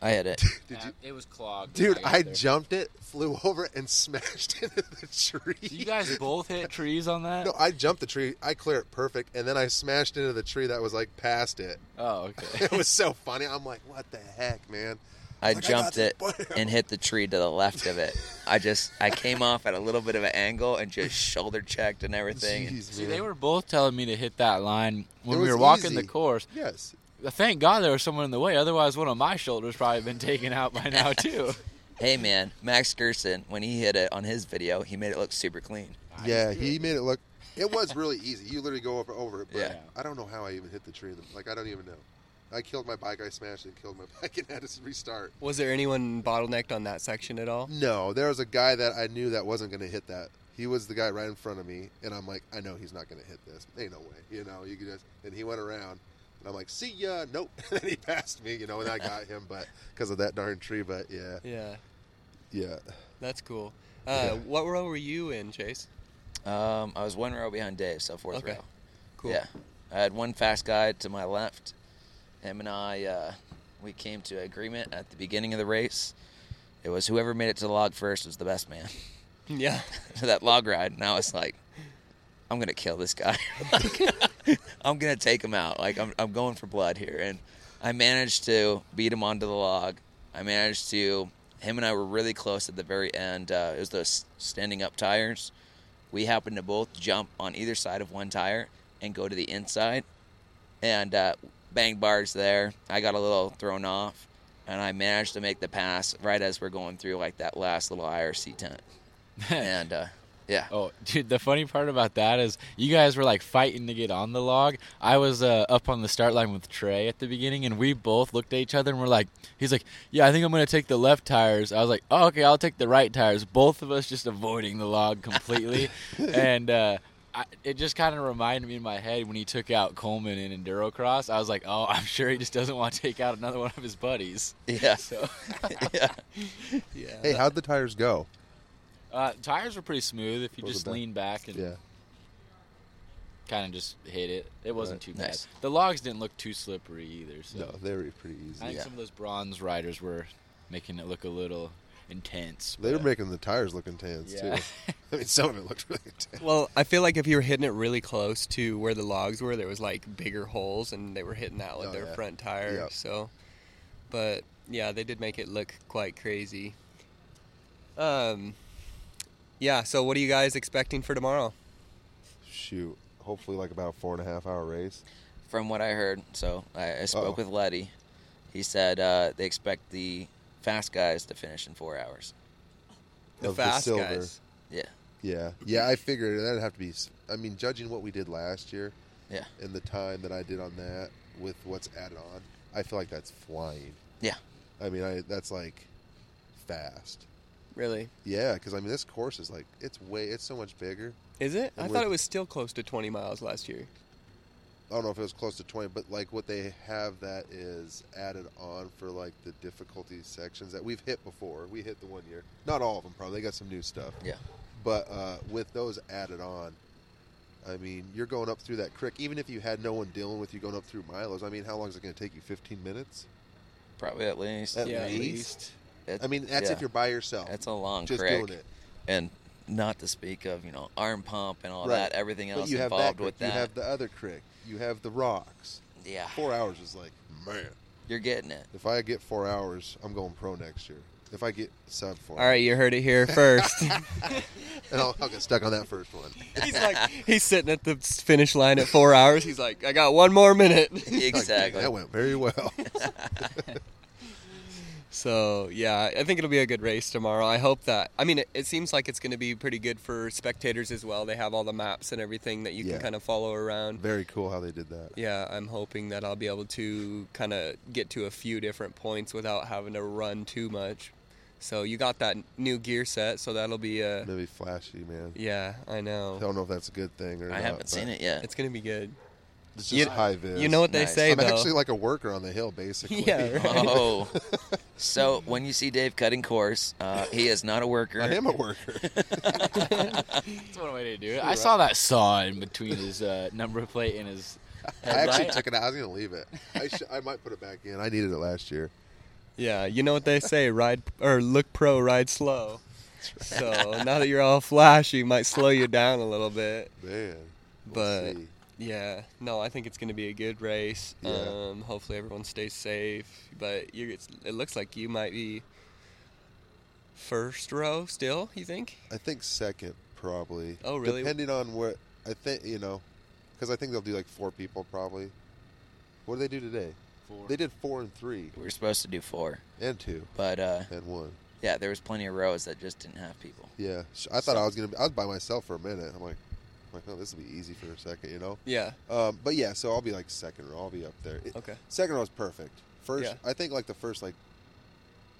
B: I had it.
A: Did you,
D: It was clogged.
A: dude, I,
D: <laughs>
A: jumped it, flew <laughs> over it, and smashed <laughs> into the tree.
D: You guys both hit trees on that?
A: No, I jumped the tree. I clear it perfect, and then I smashed into the tree that was like past it. <laughs>
D: Oh, okay.
A: It was so funny. I'm like, what the heck, man?
B: I
A: Like, got
B: jumped
A: this
B: it
A: button.
B: and hit the tree to the left of it. I just I came off at a little bit of an angle and just shoulder checked and everything.
A: Jeez,
D: See,
A: man.
D: they were both telling me to hit that line when
A: It
D: we
A: was
D: were walking
A: easy.
D: the course.
A: Yes.
D: Thank God there was someone in the way. Otherwise, one of my shoulders probably been taken out by now too.
B: Hey man, Max Gerson, when he hit it on his video, he made it look super clean.
A: yeah, he made it look. It was really easy. You literally go over over it, but
B: Yeah.
A: I don't know how I even hit the tree. Like I don't even know. I killed my bike. I smashed and killed my <laughs> bike and had to restart.
C: Was there anyone bottlenecked on that section at all?
A: No, there was a guy that I knew that wasn't going to hit that. He was the guy right in front of me, and I'm like, I know he's not going to hit this. Ain't no way, you know. You could just, and he went around, and I'm like, see ya, nope. <laughs> And then he passed me, you know, and I got him, but because of that darn tree. But yeah,
C: Yeah,
A: yeah.
C: that's cool. Uh,
A: Yeah.
C: What row were you in, Chase?
B: Um, I was one row behind Dave, so fourth
C: Okay.
B: row.
C: Cool.
B: Yeah, I had one fast guy to my left. Him and I, uh, we came to agreement at the beginning of the race. It was whoever made it to the log first was the best man.
C: Yeah.
B: to <laughs> that log ride, and I was like, I'm gonna kill this guy. <laughs> Like, I'm gonna take him out. Like I'm, I'm going for blood here, and I managed to beat him onto the log. I managed to. Him and I were really close at the very end. Uh, it was those standing up tires. We happened to both jump on either side of one tire and go to the inside, and uh, bang bars there. I got a little thrown off, and I managed to make the pass right as we're going through like that last little IRC tent. and uh,
D: <laughs>
B: yeah,
D: <laughs> Oh, dude, the funny part about that is you guys were like fighting to get on the log. I was uh, up on the start line with Trey at the beginning, and we both looked at each other and we're like, he's like, yeah, I think I'm going to take the left tires. I was like, oh, okay, I'll take the right tires. Both of us just avoiding the log completely. and, uh, I, it just kind of reminded me in my head when he took out Coleman in Endurocross. I was like, "Oh, I'm sure he just doesn't want to take out another one of his buddies."
B: yeah,
D: So,
B: <laughs>
D: <laughs>
B: yeah.
C: <laughs> Yeah.
A: Hey, how'd the tires go?
D: uh, tires were pretty smooth if you
A: Those are
D: just
A: bad.
D: lean back and
A: Yeah,
D: kind of just hit it. It wasn't too bad.
B: Nice.
D: The logs didn't look too slippery either. So
A: no, they were pretty
D: I
A: easy.
D: think
B: yeah.
D: some of those bronze riders were making it look a little intense.
A: They were
D: but-
A: making the tires look intense
D: Yeah.
A: too. <laughs> I mean, some of it looked really intense.
C: Well, I feel like if you were hitting it really close to where the logs were, there was like bigger holes, and they were hitting that with
A: Oh,
C: their
A: yeah.
C: front tire.
A: Yep.
C: So, but yeah, they did make it look quite crazy. Um, yeah. So, what are you guys expecting for tomorrow?
A: Shoot, hopefully like about a four and a half hour race.
B: From what I heard, so I, I spoke
A: Uh-oh.
B: with Letty. He said uh, they expect the fast guys to finish in four hours.
C: The
A: Of the
C: fast
A: silver.
C: guys.
B: Yeah,
A: Yeah, yeah. I figured that'd have to be. s- I mean, judging what we did last year,
B: yeah,
A: and the time that I did on that with what's added on, I feel like that's flying.
B: yeah,
A: I mean, I that's like fast.
C: Really?
A: Yeah, because I mean, this course is like it's way it's so much bigger.
C: Is it? I
A: And
C: thought
A: with-
C: it was still close to 20 miles last year.
A: I don't know if it was close to twenty, but like what they have that is added on for like the difficulty sections that we've hit before. We hit the one year, not all of them probably. They got some new stuff,
B: yeah,
A: but uh, with those added on. I mean, you're going up through that creek. Even if you had no one dealing with you going up through Milo's, I mean, how long is it going to take you? 15 minutes?
B: probably at least.
A: At
C: Yeah, at
A: least.
C: least.
B: It-
A: I mean, that's
B: yeah.
A: if you're by yourself.
B: That's a long
A: just
B: crack,
A: doing it.
B: and not to speak of you know arm pump and all
A: Right.
B: that, everything
A: But
B: else
A: you have
B: involved
A: that.
B: with
A: crick,
B: that.
A: You have the other crick. You have the rocks.
B: yeah,
A: Four hours is like, man. <laughs>
B: you're getting it.
A: If I get four hours, I'm going pro next year. if I get sub for.
C: All right, you heard
A: <laughs>
C: it here first. <laughs>
A: it. and I'll, I'll get stuck on that first one.
C: he's like, he's sitting at the finish line at four hours. He's like, I got one more minute. <laughs>
B: Exactly.
A: that went very well. <laughs>
C: So yeah, I think it'll be a good race tomorrow. I hope that. I mean, it, it seems like it's going to be pretty good for spectators as well. They have all the maps and everything that you
A: Yeah.
C: can kind of follow around.
A: very cool how they did that.
C: Yeah, I'm hoping that I'll be able to kind of get to a few different points without having to run too much. So you got that new gear set, so that'll be a.
A: Maybe flashy, man.
C: Yeah, I
A: I
C: know.
A: don't know if that's a good thing or
B: I
A: not,
B: haven't seen
A: but
B: it yet.
C: It's gonna be good.
A: It's just
C: You-
A: high vis.
C: You know what they
B: Nice.
C: say
A: I'm
C: though.
A: actually like a worker on the hill, basically.
C: <laughs> Yeah,
A: <laughs>
C: right.
B: Oh. so when you see Dave cutting course, uh, he is not a worker.
A: I am a worker.
D: That's one way to do it. I saw that saw in between his uh, number plate and his.
A: <laughs>
C: <laughs>
A: I actually
D: headlight.
A: took it out. I was going to leave it. I, sh- I might put it back in. I needed it last year.
C: Yeah, you know what they say: ride or look pro, ride slow. So now that you're all flashy, it might slow you down a little bit.
A: Man. we'll
C: But
A: see.
C: yeah, no, I think it's going to be a good race.
A: Yeah.
C: Um, hopefully, everyone stays safe. But you, it's, it looks like you might be first row still. You think?
A: I think second, probably.
C: Oh, really?
A: Depending on what I think, you know, because I think they'll do like four people probably. What did they do today? They did four and three,
B: We were supposed to do four,
A: and two,
B: but uh,
A: and one.
B: yeah, there was plenty of rows that just didn't have people.
A: Yeah, Sh- I thought I was gonna. Be, I was by myself for a minute. I'm like, I'm like, oh, this will be easy for a second, you know.
C: Yeah.
A: Um, but yeah, so I'll be like second row. I'll be up there. It-
C: Okay.
A: Second row is perfect. First,
C: Yeah.
A: I think like the first like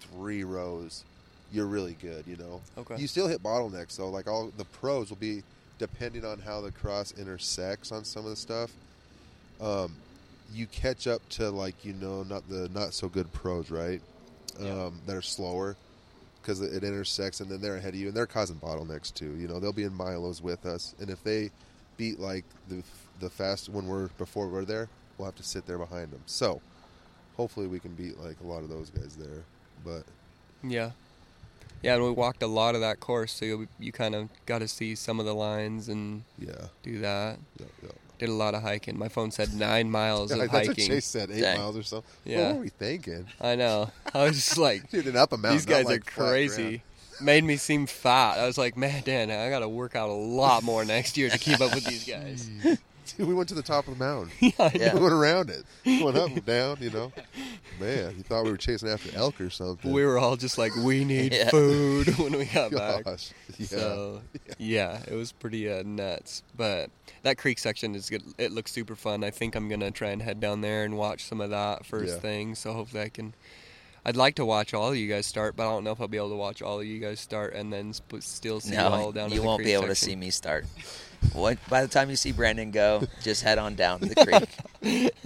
A: three rows, you're really good. You know,
C: Okay.
A: you still hit bottlenecks though. Like all the pros will be depending on how the cross intersects on some of the stuff. Um, you catch up to like you know not the not so good pros right, um,
C: Yeah.
A: that are slower because it intersects and then they're ahead of you and they're causing bottlenecks too. You know they'll be in milos with us and if they beat like the the fast when we're before we're there, we'll have to sit there behind them. So hopefully we can beat like a lot of those guys there. But
C: Yeah. Yeah, and we walked a lot of that course, so you, you kind of got to see some of the lines and
A: yeah,
C: do that.
A: yeah, yeah.
C: Did a lot of hiking. My phone said nine
A: <laughs>
C: miles
A: Yeah,
C: of
A: that's what
C: hiking.
A: Chase said, eight
B: Dang.
A: miles or so.
C: Yeah.
A: What were we thinking? <laughs>
C: I know. I was just like,
A: Dude, and up a mountain.
C: These guys
A: not, like,
C: are
A: flat
C: crazy.
A: ground.
C: Made me seem fat. I was like, man, Dan, I gotta work out a lot more next year to keep up with these
A: <laughs>
C: guys.
A: <laughs>
C: <laughs>
A: Dude, we went to the top of the mountain.
C: yeah, I know.
B: Yeah.
A: we went around it. We went up and down, you
C: <laughs>
A: know. Man, you thought we were chasing after elk or something. <laughs>
C: we were all just like, we need
B: Yeah.
C: food <laughs> when we got back.
A: Gosh. <laughs> Yeah.
C: So yeah, it was pretty uh, nuts. But that creek section is good. It looks super fun. I think I'm gonna try and head down there and watch some of that first
A: Yeah.
C: thing. So hopefully I can. I'd like to watch all of you guys start, but I don't know if I'll be able to watch all of you guys start and then sp- still see you
B: <laughs>
C: all
B: No,
C: down. in
B: you
C: the
B: won't be
C: creek
B: able to
C: section.
B: see me start. What? By the time you see Brandon go, just head on down to the creek.
C: <laughs>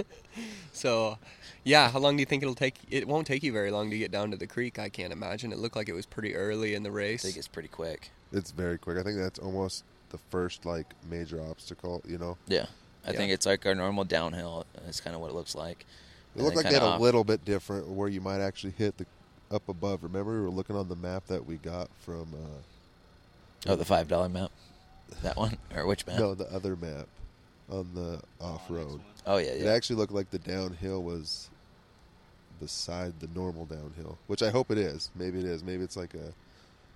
C: So, yeah, how long do you think it'll take? It won't take you very long to get down to the creek. I can't imagine. It looked like it was pretty early in the
B: I
C: race.
B: think it's pretty quick.
A: It's very quick. I think that's almost the first like major obstacle, you know.
B: Yeah, I
C: Yeah.
B: think it's like our normal downhill. That's kind of what it looks like.
A: It
B: And
A: looked
B: then
A: like they had
B: kinda
A: a
B: off-
A: little bit different where you might actually hit the up above. Remember we were looking on the map that we got from uh,
B: Oh, the five dollar map. That one or which map?
A: no, the other map on the off road.
B: Oh yeah,
A: It
B: yeah.
A: actually looked like the downhill was beside the normal downhill, which I hope it is. Maybe it is. Maybe it's like a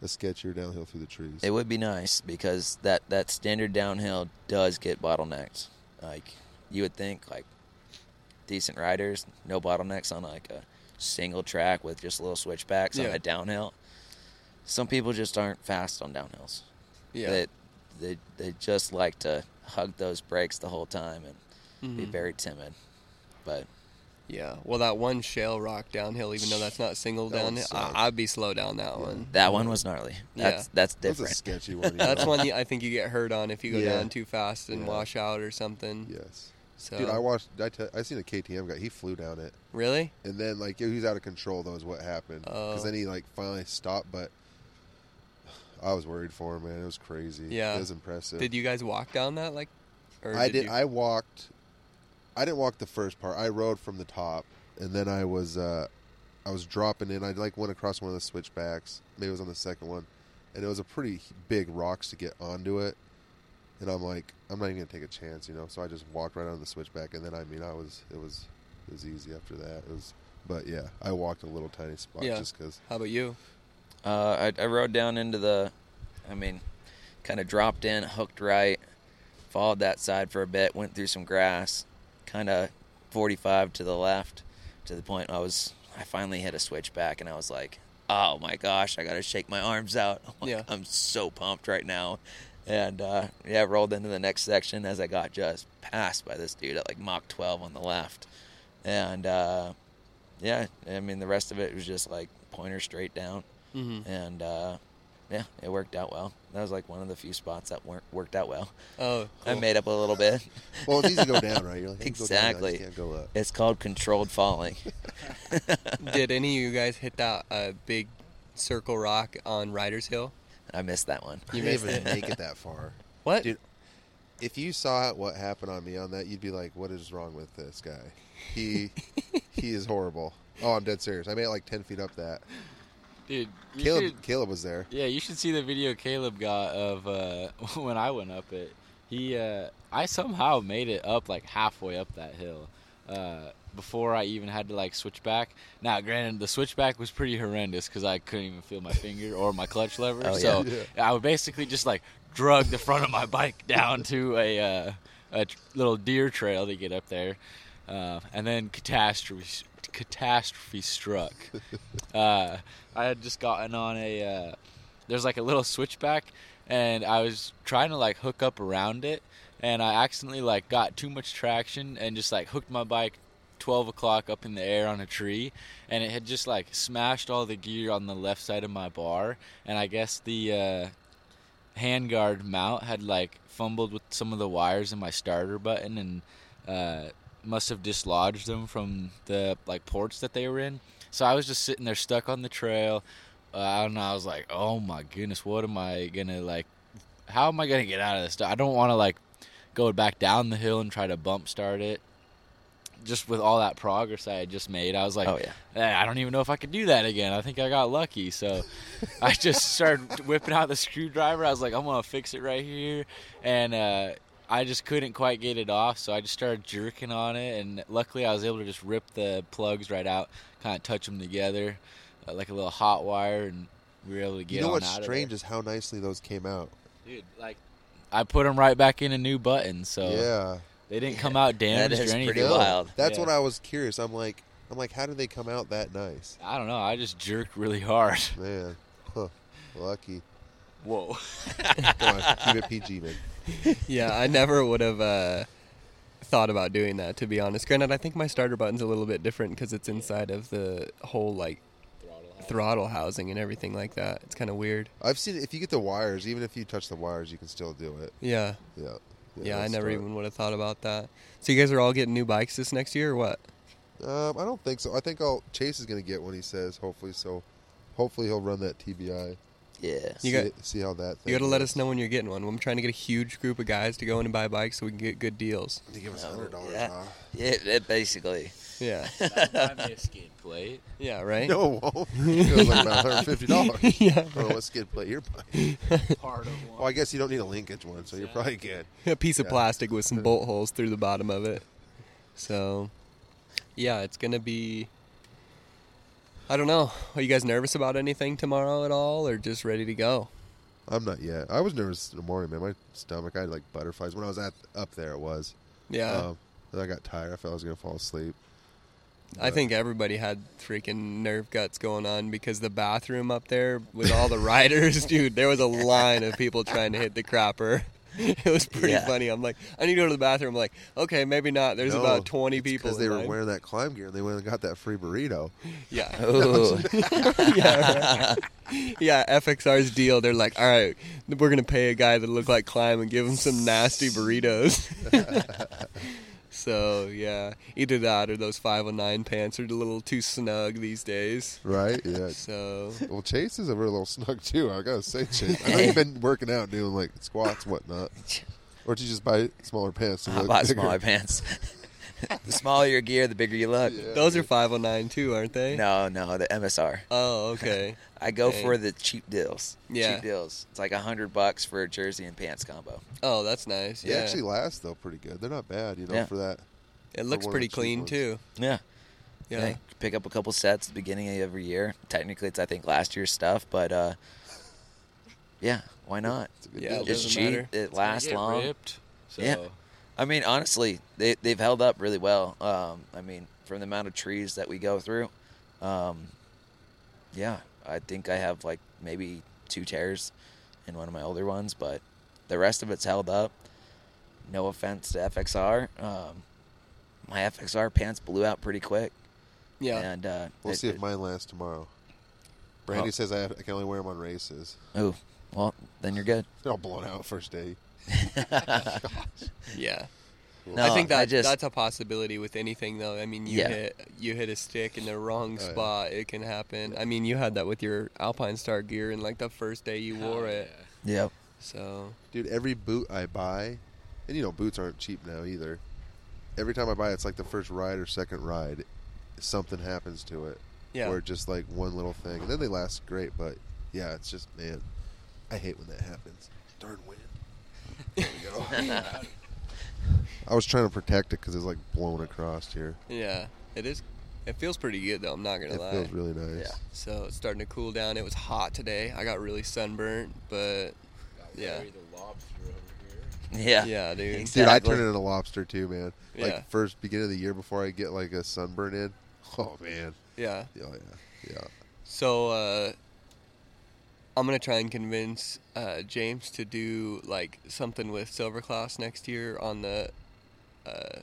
A: a sketchier downhill through the trees.
B: It would be nice because that that standard downhill does get bottlenecks. Like you would think, like decent riders, no bottlenecks on like a single track with just little switchbacks on
C: Yeah.
B: a downhill. Some people just aren't fast on downhills.
C: yeah.
B: They, they they just like to hug those brakes the whole time and be
C: Mhm.
B: very timid. But
C: yeah. Well, that one shale rock downhill, even though that's not single
A: That one
C: downhill,
A: sucked.
C: I, I'd be slow down that one.
B: that one was gnarly. That's
C: Mm-hmm. Yeah.
B: that's
A: That's a
B: different.
A: sketchy one. you
C: <laughs> That's
A: know? <laughs>
C: one you, I think you get hurt on if you go
A: Yeah.
C: down too fast and
A: Yeah.
C: wash out or something.
A: Yes,
C: So,
A: dude. I watched. I, te- I seen a KTM guy. He flew down it,
C: really?
A: and then like he was out of control. Though is what happened.
C: Oh.
A: then he like finally stopped, but. <sighs> I was worried for him, man. It was crazy.
C: Yeah.
A: it was impressive.
C: Did you guys walk down that like? Or
A: I did.
C: you-
A: I walked. I didn't walk the first part. I rode from the top, and then I was uh, I was dropping in. I like went across one of the switchbacks. Maybe it was on the second one, and it was a pretty big rocks to get onto it. And I'm like, I'm not even gonna take a chance, you know. So I just walked right on the switchback, and then I mean, I was it was it was easy after that. It was, but yeah, I walked a little tiny spot
C: Yeah.
A: just because
C: How about you?
B: Uh, I, I rode down into the, I mean, kind of dropped in, hooked right, followed that side for a bit, went through some grass, kind of 45 to the left, to the point I was, I finally hit a switchback, and I was like, oh my gosh, I got to shake my arms out. <laughs> I'm like,
C: Yeah.
B: I'm so pumped right now. And uh, yeah, rolled into the next section as I got just passed by this dude at like Mach 12 on the left. And uh, yeah, I mean, the rest of it was just like pointer straight down.
C: Mm-hmm.
B: And uh, yeah, it worked out well. That was like one of the few spots that weren't, worked out well.
C: Oh,
B: I made up a little bit.
A: Well, it's easy to go down, right? You're like, I can go down, I just
B: Exactly.
A: can't go up.
B: <laughs> It's called controlled falling. <laughs>
C: did any of you guys hit that uh, big circle rock on Riders Hill?
B: I missed that one.
A: You
C: You
A: may
C: missed
A: even
B: <laughs>
C: it.
A: make it that far.
C: <laughs> What?
A: Dude, If you saw what happened on me on that, you'd be like, "What is wrong with this guy?
C: <laughs>
A: He he is horrible." Oh, I'm dead serious. I made it like ten feet up that.
D: dude. You
A: Caleb
D: should-
A: Caleb was there.
D: Yeah, you should see the video Caleb got of uh, <laughs> when I went up it. He, uh, I somehow made it up like halfway up that hill uh, before I even had to like switch back. Now, granted, the switchback was pretty horrendous because I couldn't even feel my finger or my clutch lever.
B: Oh,
D: so
A: yeah.
D: <laughs> I would basically just like drug the front of my bike <laughs> down to a uh, a tr- little deer trail to get up there, uh, and then catastrophe catastrophe struck. Uh, I had just gotten on a uh, there's like a little switchback, and I was trying to like hook up around it, and I accidentally like got too much traction and just like hooked my bike. 12 o'clock up in the air on a tree and it had just like smashed all the gear on the left side of my bar and i guess the uh, handguard mount had like fumbled with some of the wires in my starter button and uh, must have dislodged them from the like ports that they were in. So I was just sitting there stuck on the trail. Uh, I don't know. I was like, oh my goodness, what am I gonna like? How am I gonna get out of this? I don't want to like go back down the hill and try to bump start it. Just with all that progress I had just made, I was like,
B: Oh, yeah.
D: "Eh, I don't even know if I could do that again. I think I got
A: <laughs>
D: lucky. So I just started whipping out the screwdriver. I was like, I'm gonna fix it right here, and uh, I just couldn't quite get it off. So I just started jerking on it, and luckily I was able to just rip the plugs right out, kind of touch them together, uh, like a little hot wire, and we were able to get.
A: you know
D: on
A: what's
D: out of
A: strange is how nicely those came out.
D: there. dude? Like, I put them right back in a new button, so
A: yeah,
D: they didn't come out damaged
B: is
D: or
B: pretty
D: anything.
B: Pretty wild.
A: That's
D: Yeah.
A: what I was curious. I'm like, I'm like, how did they come out that nice?
D: I don't know. I just jerked really hard.
A: Man, huh?
C: <laughs>
A: Lucky.
D: <laughs> Whoa.
A: Come on, keep it PG, man.
C: yeah, I never would have uh, thought about doing that to be honest. Granted, I think my starter button's a little bit different because it's inside of the whole like throttle housing and everything like that. It's kind of weird.
A: I've seen if you get the wires, even if you touch the wires, you can still do it.
C: Yeah,
A: Yeah.
C: yeah, I
A: that's
C: never
A: smart.
C: even would have thought about that. So you guys are all getting new bikes this next year or what?
A: Um, I don't think so. I think I'll Chase is going to get one. He says hopefully so. Hopefully he'll run that TBI.
B: Yeah.
C: You
A: see,
C: got-
A: see how that. Thing
C: You got to let us
A: goes.
C: know when you're getting one. I'm trying to get a huge group of guys to go in and buy bikes so we can get good deals.
A: They give us
B: No,
A: hundred dollars
B: yeah.
A: off.
B: It, it basically.
C: Yeah.
D: Buy me a skid plate.
C: <laughs> Yeah, right?
A: No, it won't. <laughs> It was like about hundred
C: <laughs>
A: fifty dollars.
C: yeah.
A: Oh, let's get play your.
D: Part of one.
A: Well, I guess you don't need a linkage one, so you're probably good.
C: <laughs> a piece of
A: Yeah.
C: plastic with some bolt holes through the bottom of it. So, yeah, it's gonna be. I don't know. Are you guys nervous about anything tomorrow at all, or just ready to go?
A: I'm not yet. I was nervous in the morning, man. My stomach, I had like butterflies when I was at up there. It was.
C: Yeah,
A: Um, then I got tired. I felt I was gonna fall asleep.
C: I think everybody had freaking nerve guts going on because the bathroom up there with all the riders, <laughs> dude, there was a line of people trying to hit the crapper. <laughs> It was pretty
B: Yeah.
C: funny. I'm like, I need to go to the bathroom. I'm like, okay, maybe not. There's
A: No,
C: about 20
A: it's
C: people. in
A: they were
C: line.
A: wearing that climb gear. and They went and got that free burrito. <laughs>
C: Yeah. <laughs>
B: Ooh.
C: yeah, right. <laughs> yeah. FXR's deal. They're like, all right, we're gonna pay a guy that looked like Climb and give him some nasty burritos. <laughs> so yeah, either that or those 509 pants are a little too snug these days.
A: Right? Yeah.
C: So
A: Well, Chase is a real little snug too. I gotta say, Chase.
B: <laughs>
A: I know you've been working out, doing like squats, whatnot, or did you just buy smaller pants? to
B: I
A: look
B: bought
A: bigger?
B: smaller pants. <laughs> the smaller your gear, the bigger you look.
A: Yeah.
C: those are 509 too, aren't they?
B: No, no, the MSR.
A: <laughs>
C: Oh, okay.
B: I go
C: Okay.
B: for the cheap deals.
C: Yeah.
B: Cheap deals. It's like a hundred bucks for a jersey and pants combo.
C: Oh, that's nice.
A: They
C: Yeah,
A: actually last though pretty good. They're not bad, you know,
B: Yeah.
A: for that.
C: it looks
A: one of the
C: pretty
A: cheap
C: clean
A: ones.
C: too.
B: Yeah.
C: Yeah.
B: I think pick up a couple sets at the beginning of every year. Technically, it's I think last year's stuff, but uh, yeah, why not?
A: It's a good
C: Yeah,
A: deal.
C: it
B: It's
C: doesn't
B: cheap.
C: matter.
B: It lasts
D: Get
B: long.
D: ripped, so.
B: Yeah. I mean, honestly, they they've held up really well. Um, I mean, from the amount of trees that we go through, um, yeah, I think I have like maybe two tears in one of my older ones, but the rest of it's held up. No offense to FXR, um, my FXR pants blew out pretty quick,
C: Yeah.
B: and uh,
A: We'll
B: it-
A: see if
B: it-
A: mine lasts tomorrow. Brandy
B: Oh.
A: says I, have, I can only wear them on races. <laughs>
B: Oh, well, then you're <laughs> good.
A: They're all blown out first
B: <laughs>
A: day. <laughs>
C: Yeah.
B: No,
C: I think that
B: I just-
C: that's a possibility with anything though. I mean, you
B: Yeah.
C: hit you hit a stick in the wrong
A: Oh, yeah.
C: spot, it can happen. I mean, you had that with your Alpine Star gear and like the first day you wore it.
B: Yep.
C: So,
A: Dude, every boot I buy, and you know boots aren't cheap now either. Every time I buy, it's like the first ride or second ride, something happens to it,
C: yeah.
A: or just like one little thing. And then they last great, but yeah, it's just man, I hate when that happens. Darn wind. There
C: <laughs>
A: we go. I was trying to protect it because it's like blown across here.
C: Yeah. It is it feels pretty good though, I'm not going
A: It
C: to lie.
A: feels really nice.
B: Yeah.
C: so, it's starting to cool down. It was hot today. I got really sunburnt, but Yeah.
D: Larry the lobster over here.
B: Yeah.
C: yeah, dude.
B: Exactly.
A: Dude, I turn into a lobster too, man.
C: Yeah.
A: Like first beginning of the year before I get like a sunburn in. Oh man.
C: Yeah.
A: Yeah, yeah, yeah.
C: So uh, I'm gonna try and convince uh, James to do like something with Silver Class next year on the uh,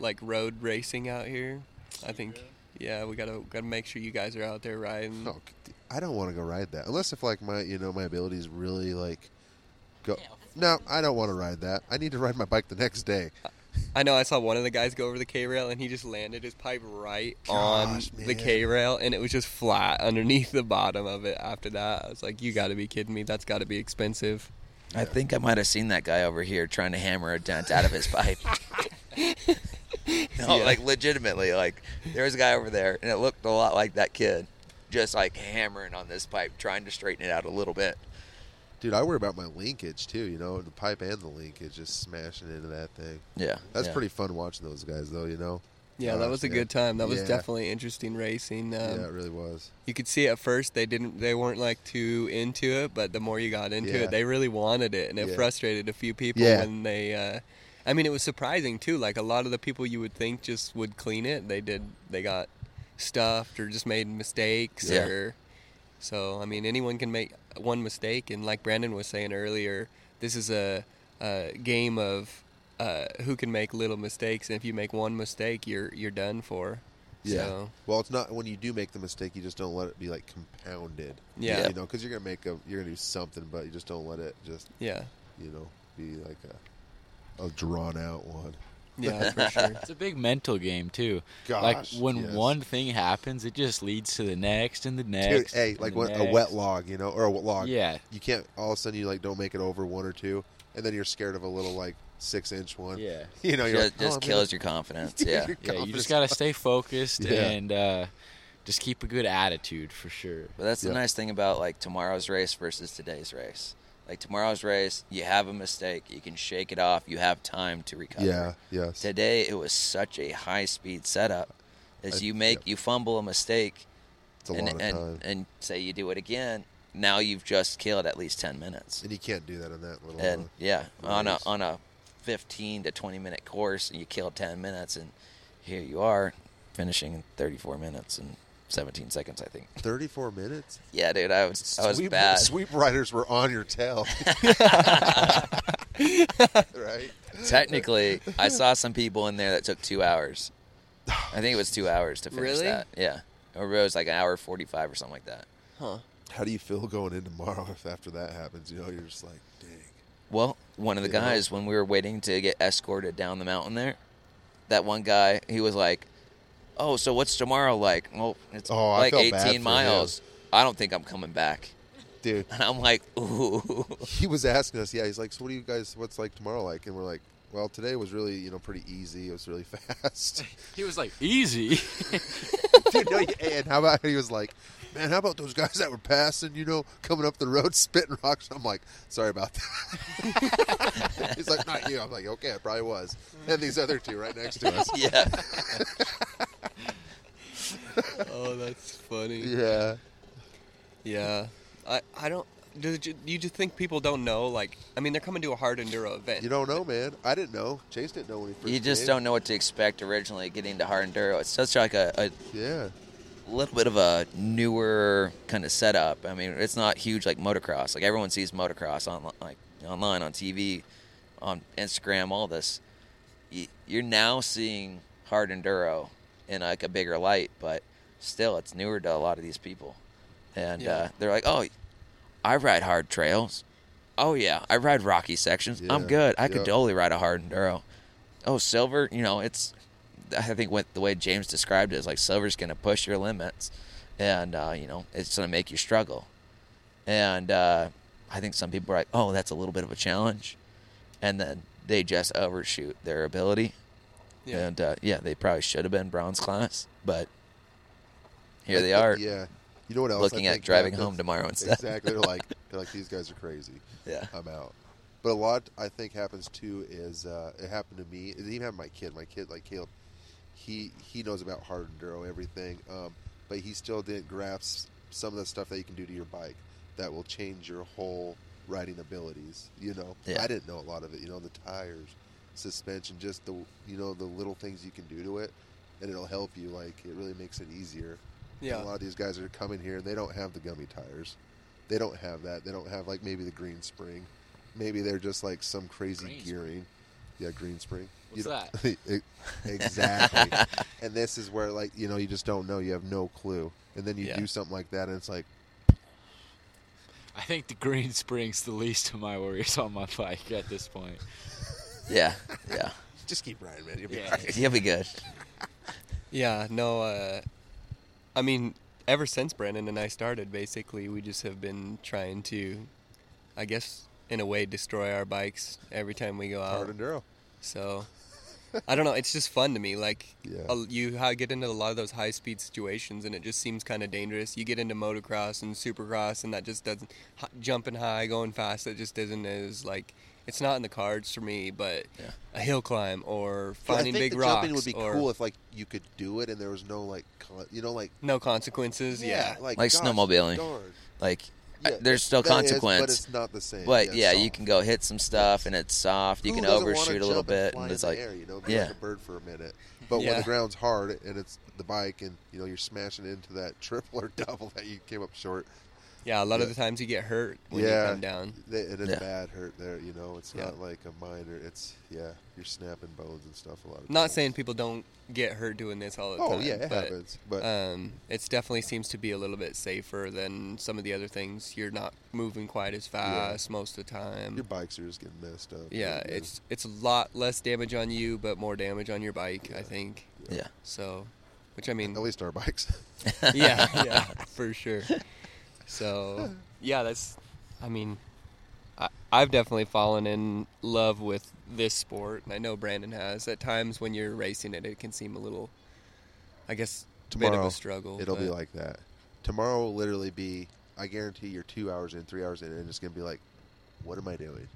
C: like road racing out here. I think yeah, we gotta gotta make sure you guys are out there riding.
A: No, Oh, c- I don't want to go ride that unless if like my you know my abilities really like go. No, I don't want to ride that. I need to ride my bike the next day.
C: I know I saw one of the guys go over the K rail and he just landed his pipe right
A: Gosh,
C: on
A: man.
C: the K rail and it was just flat underneath the bottom of it. After that, I was like, you gotta be kidding me! That's gotta be expensive.
B: I think I might have seen that guy over here trying to hammer a dent out of his <laughs> pipe. no,
C: Yeah.
B: like legitimately, like there was a guy over there, and it looked a lot like that kid, just like hammering on this pipe, trying to straighten it out a little bit.
A: Dude, I worry about my linkage too. You know, the pipe and the linkage, just smashing into that thing.
B: Yeah,
A: That's pretty fun watching those guys though. You know.
C: Yeah, that
A: Gosh,
C: was a
A: man.
C: good time. That was
A: Yeah.
C: definitely interesting racing. Um,
A: yeah, it really was.
C: you could see at first they didn't they weren't like too into it but the more you got into
A: Yeah.
C: it they really wanted it and it
A: Yeah.
C: frustrated a few people
A: Yeah.
C: when they uh i mean it was surprising too like a lot of the people you would think just would clean it they did they got stuffed or just made mistakes
B: Yeah.
C: or so i mean anyone can make one mistake and like brandon was saying earlier this is a, a game of uh, who can make little mistakes and if you make one mistake you're you're done for
A: Yeah.
C: so,
A: Well, it's not when you do make the mistake, you just don't let it be like compounded.
C: Yeah.
A: You know, because you're gonna make a, you're gonna do something, but you just don't let it just
C: yeah
A: you know be like a a drawn out one.
C: yeah for sure
D: It's a big mental game too.
A: Gosh,
D: like when
A: yes.
D: one thing happens, it just leads to the next and the
A: Dude,
D: next.
A: hey,
D: and
A: like
D: the
A: when, a
D: next.
A: wet log, you know, or a wet log.
D: Yeah,
A: You can't all of a sudden you like don't make it over one or two, and then you're scared of a little like six inch one.
D: yeah,
A: <laughs> You know, you're
B: just,
A: like,
B: just
A: oh, I'm <laughs>
B: kills your confidence. Yeah,
A: Your
D: yeah. You
A: confidence.
B: <laughs>
D: just gotta
A: <laughs>
D: stay focused
A: Yeah.
D: and uh, just keep a good attitude for sure.
B: But that's the
A: Yeah.
B: nice thing about like tomorrow's race versus today's race. Like tomorrow's race, you have a mistake, you can shake it off, you have time to recover.
A: gonna- Yeah. Yes.
B: Today it was such a high speed setup. As
A: I-
B: you make
A: yep.
B: you fumble a mistake,
A: It's a
B: and,
A: lot of
B: and,
A: time,
B: and say you do it again, now you've just killed at least ten minutes.
A: and you can't do that in that little. uh,
B: And yeah, on a
A: Nice.
B: on a fifteen to twenty minute course, and you kill ten minutes, and here you are, finishing in thirty four minutes and seventeen seconds, I think. <laughs>
A: Thirty-four minutes.
B: Yeah, dude, I was I was
A: sweep,
B: bad.
A: Sweep <laughs> riders were on your tail. <laughs> right.
B: <laughs> Technically, I saw some people in there that took two hours. I think it was two hours to finish
C: Really?
B: that. Yeah, or it was like an hour forty five or something like that.
C: huh
A: How do you feel going in tomorrow if after that happens? You know, you're just like, dang.
B: Well, one of the
A: Yeah.
B: guys, when we were waiting to get escorted down the mountain there, that one guy, he was like, Oh, so what's tomorrow like? Well, it's
A: Oh, I
B: like
A: felt bad
B: 18
A: for
B: miles. I don't think I'm coming back. <laughs>
A: Dude,
B: And I'm like, Ooh. <laughs>
A: he was asking us, yeah, he's like, so what do you guys, what's like tomorrow like? And we're like, well, today was really, you know, pretty easy. It was really <laughs> fast.
D: He was like, "Easy." <laughs>
A: Dude, no, he- and how about he was like, man, how about those guys that were passing, you know, coming up the road, <laughs> spitting rocks? I'm like, sorry about that. <laughs> he's like, not you. I'm like, okay,
B: <laughs>
A: I probably was. And these other two right next to us.
B: yeah.
C: oh, that's funny.
A: yeah.
C: Yeah, I I don't. Do you, you just think people don't know? Like, I mean, they're coming to a hard enduro event.
A: You don't know, man. I didn't know. Chase didn't know when he first.
B: You just <laughs>
A: came.
B: don't know what to expect originally getting to hard enduro. It's such like a, a
A: Yeah.
B: little bit of a newer kind of setup. I mean, it's not huge like motocross. Like everyone sees motocross on like online, on TV, on Instagram, all this. Y- You're now seeing hard enduro in like a bigger light, but still, it's newer to a lot of these people, and
C: Yeah.
B: uh, they're like, "Oh, I ride hard trails. Oh yeah, I ride rocky sections. I'm
A: Yeah,
B: good. I could
A: yeah.
B: totally ride a hard enduro. Oh, silver, you know, it's I think went the way James described it is like silver's going to push your limits, and uh, you know it's going to make you struggle. And uh, I think some people are like, oh, that's a little bit of a challenge, and then they just overshoot their ability.
C: Yeah.
B: And uh, yeah, they probably should have been bronze class, but here they are
A: Yeah. You know what else? I
B: looking at
A: think,
B: driving
A: man?
B: home
A: <laughs> That's-
B: tomorrow instead.
A: Exactly. They're like they're like these guys are crazy.
B: Yeah.
A: I'm out. But a lot I think happens too is uh, it happened to me. It even happened to my kid. My kid, like Caleb, he he knows about hard enduro everything, um, but he still didn't grasp some of the stuff that you can do to your bike that will change your whole riding abilities. You know,
B: Yeah.
A: I didn't know a lot of it. You know, the tires, suspension, just the you know the little things you can do to it, and it'll help you. Like it really makes it easier. And a
C: Yeah.
A: lot of these guys are coming here and they don't have the gummy tires. They don't have that. They don't have like maybe the green spring. Maybe they're just like some crazy
D: Green spring?
A: gearing. Yeah, green spring.
D: What's
A: don't- <laughs> E- exactly. and this is where like you know you just don't know. You have no clue. And then you
C: Yeah.
A: do something like that, and it's like
D: I think the Green Spring's the least of my worries on my bike at this point.
B: yeah, yeah,
A: just keep riding, man. You'll be
D: Yeah.
A: all right.
B: you'll be good.
C: Yeah, no, uh, I mean, ever since Brandon and I started, basically, we just have been trying to, I guess, in a way, destroy our bikes every time we go out.
A: <laughs> Hard enduro.
C: So, I don't know. It's just fun to me. Like,
A: Yeah.
C: a- you ha- get into a lot of those high speed situations, and it just seems kind of dangerous. You get into motocross and supercross, and that just doesn't hi- jumping high, going fast. That just isn't as like. It's not in the cards for me, but
B: Yeah.
C: a hill climb or
A: But I
C: finding
A: think
C: big
A: the
C: rocks
A: jumping would be
C: or
A: cool if like you could do it and there was no like con- you know like
C: no consequences. yeah.
A: like
B: Like
A: gosh,
B: snowmobiling.
A: darn.
B: Like
A: Yeah,
B: there's still
A: that is,
B: consequence.
A: but it's not the same.
B: But yeah, you
A: soft.
B: can go hit some stuff and it's soft. You
A: Who
B: can
A: doesn't wanna
B: overshoot a little
A: jump and
B: bit
A: fly
B: and
A: in
B: it's
A: the
B: like
A: air, you know, be
B: yeah.
A: like a bird for a minute. But when
C: Yeah.
A: the ground's hard and it's the bike and you know you're smashing into that <laughs> triple or double that you came up short,
C: Yeah, a lot of
A: Yeah.
C: the times you get hurt when
A: Yeah.
C: you come down.
A: th- it is
B: Yeah.
A: bad hurt there. You know, it's
C: Yeah.
A: not like a minor. It's yeah, you're snapping bones and stuff a lot of.
C: Not
A: times.
C: saying people don't get hurt doing this all the
A: Oh
C: time.
A: yeah, it
C: but,
A: happens. But
C: Um, it definitely seems to be a little bit safer than some of the other things. You're not moving quite as fast most of the
A: your
B: um,
C: time.
A: bikes are just getting messed up.
C: Yeah,
A: you know.
C: it's it's a lot less damage on you, but more damage on your bike, I think.
B: yeah.
C: So, which I mean,
A: at least our <laughs> bikes.
C: <laughs> yeah, yeah, for sure. So yeah, that's. I mean, I, I've definitely fallen in love with this sport, and I know Brandon has. At times when you're racing it, it can seem a little, I guess, bit of
A: Tomorrow,
C: a struggle.
A: It'll be
C: but-
A: like that. Tomorrow will literally be. I guarantee you're two hours in, three hours in, and it's gonna be like, what am I doing?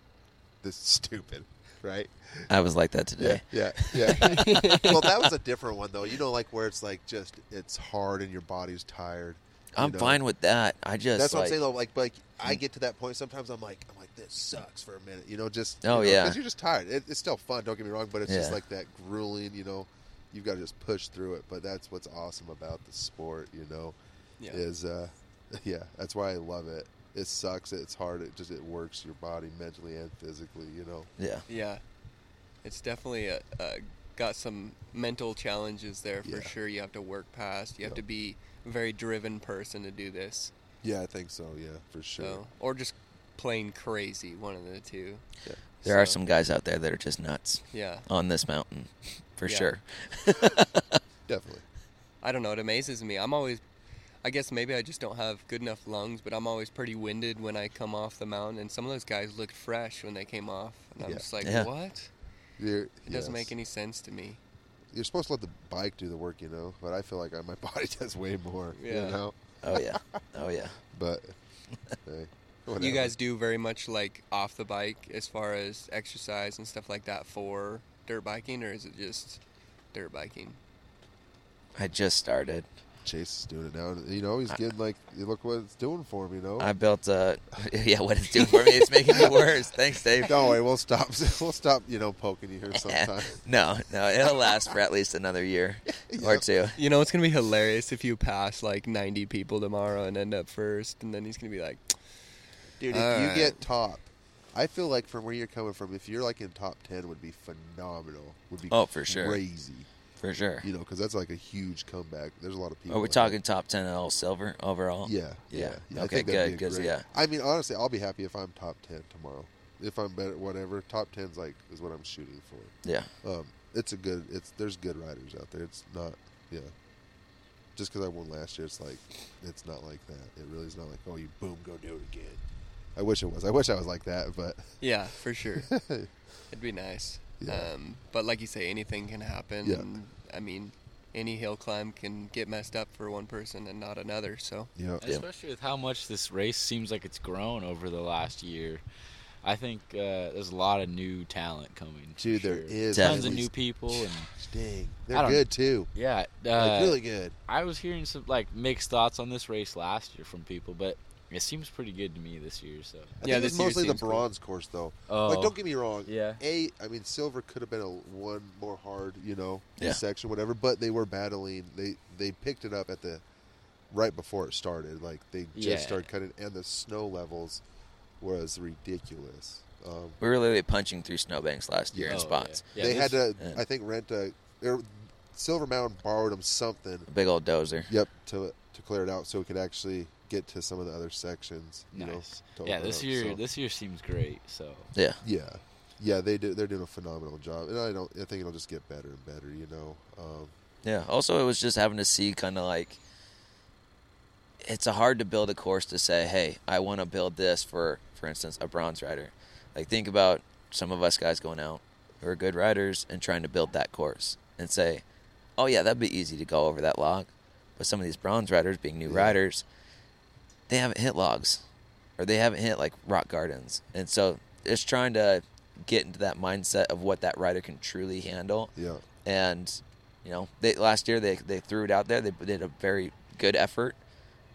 A: This is <laughs> stupid, right?
B: <laughs> I was like that today.
A: Yeah, yeah, yeah.
B: <laughs>
A: well, that was a different one though. You know, like where it's like just it's hard and your body's tired. you
B: I'm
A: know?
B: fine with that. I just
A: That's what
B: like, mm.
A: I'm saying though. Like, like I get to that point sometimes. I'm like, I'm like, this sucks for a minute. You know, just
B: Oh,
A: you know,
B: yeah.
A: 'cause you're just tired. It, it's still fun. Don't get me wrong, but it's just
B: Yeah.
A: like that grueling. You know, you've got to just push through it. But that's what's awesome about the sport. You know,
C: Yeah.
A: is uh, <laughs> yeah, that's why I love it. It sucks. It's hard. It just it works your body mentally and physically. You know.
B: Yeah.
C: Yeah, it's definitely a, a, got some mental challenges there for
A: Yeah.
C: sure. You have to work past. You have
A: Yep.
C: to be a very driven person to do this.
A: Yeah, I think so. Yeah, for sure.
C: So, or just plain crazy, one of the two.
A: Yeah.
B: There are
C: So,
B: some guys out there that are just nuts
C: Yeah.
B: on this mountain for
C: Yeah.
A: <laughs>
B: sure.
A: Definitely.
C: I don't know. It amazes me. I'm always, I guess maybe I just don't have good enough lungs, but I'm always pretty winded when I come off the mountain. And some of those guys looked fresh when they came off, and I'm
A: Yeah.
C: just like,
B: Yeah.
C: what?
A: You're,
C: It doesn't make any sense to me.
A: You're supposed to let the bike do the work, you know. But I feel like I, my <laughs> body does way more.
C: Yeah.
A: You know.
B: Oh yeah. Oh yeah.
C: <laughs>
A: But hey, whatever.
C: You guys do very much like off the bike as far as exercise and stuff like that for dirt biking, or is it just dirt biking?
B: I just started.
A: Chase is doing it now. You know, he's getting like, look what it's doing for him. You know, <laughs>
B: I built a <laughs> yeah. What it's doing for me, it's making it worse. Thanks,
A: <laughs>
B: Dave.
A: don't worry, we'll stop. We'll stop. You know, poking you <laughs> here sometime.
B: no, no, it'll last for at least another
A: <laughs>
B: year or two.
C: You know, it's going to be hilarious if you pass like 90 people tomorrow and end up first, and then he's going to be like,
A: Dude, if
C: All
A: you
C: right.
A: get top, I feel like from where you're coming from, if you're like in top ten, would be phenomenal. Would be
B: Oh, for sure.
A: crazy.
B: For sure.
A: You know, because that's like a huge comeback. There's a lot of people.
B: Are we
A: that-
B: talking top ten at all silver overall?
A: Yeah,
B: Yeah.
A: yeah. yeah. I
B: Okay,
A: think that'd
B: good,
A: be a
B: good,
A: great-
B: yeah.
A: I mean, honestly, I'll be happy if I'm top ten tomorrow. If I'm better, whatever. Top ten's like is what I'm shooting for.
B: Yeah.
A: Um, it's a good. It's there's good riders out there. It's not. Yeah. Just because I won last year, it's like it's not like that. It really is not like oh you boom go do it again. I wish it was. I wish I was like that, but <laughs>
C: yeah, for sure. <laughs> It'd be nice.
A: Yeah.
C: Um, but like you say, anything can happen.
A: Yeah.
C: and, I mean, any hill climb can get messed up for one person and not another. So
A: yeah.
B: Yeah.
D: Especially with how much this race seems like it's grown over the last year. I think uh, there's a lot of new talent coming. for
A: Dude, there
D: sure.
A: is
D: tons of
A: Definitely. <sighs>
D: new people, and
A: Dang,
D: I
A: they're
D: don't-
A: good too.
D: yeah, uh,
A: like really good.
D: I was hearing some like mixed thoughts on this race last year from people, but it seems pretty good to me this year. So
A: I
C: yeah,
A: think
C: this
A: it's
C: year
A: mostly the
C: seems cool.
A: bronze course though.
D: oh,
A: Like, don't get me wrong.
D: yeah,
A: A, I mean, silver could have been a one more hard, you know,
B: Yeah.
A: section, whatever. But they were battling. They they picked it up at the right before it started. Like they just
D: Yeah.
A: started cutting, and the snow levels was ridiculous. Um,
B: We were literally punching through snowbanks last year
D: Oh,
B: in spots.
D: yeah. Yeah,
A: they had
D: this-
A: to,
B: yeah.
A: I think, rent a. Or Silver Mountain borrowed them something.
B: A big old dozer.
A: Yep, to to clear it out so we could actually get to some of the other sections. You
D: nice.
A: Know, to
D: yeah,
A: open
D: this
A: up,
D: year
A: so.
D: this year seems great. So
B: Yeah.
A: Yeah, yeah, they do. They're doing a phenomenal job, and I don't. I think it'll just get better and better. You know, um,
B: Yeah. Also, it was just having to see kind of like it's a hard to build a course to say, hey, I want to build this for, for instance, a bronze rider. Like think about some of us guys going out who are good riders and trying to build that course and say, oh yeah, that'd be easy to go over that log. But some of these bronze riders, being new
A: Yeah.
B: riders, they haven't hit logs or they haven't hit like rock gardens, and so it's trying to get into that mindset of what that rider can truly handle
A: yeah.
B: and you know they last year they they threw it out there they did a very good effort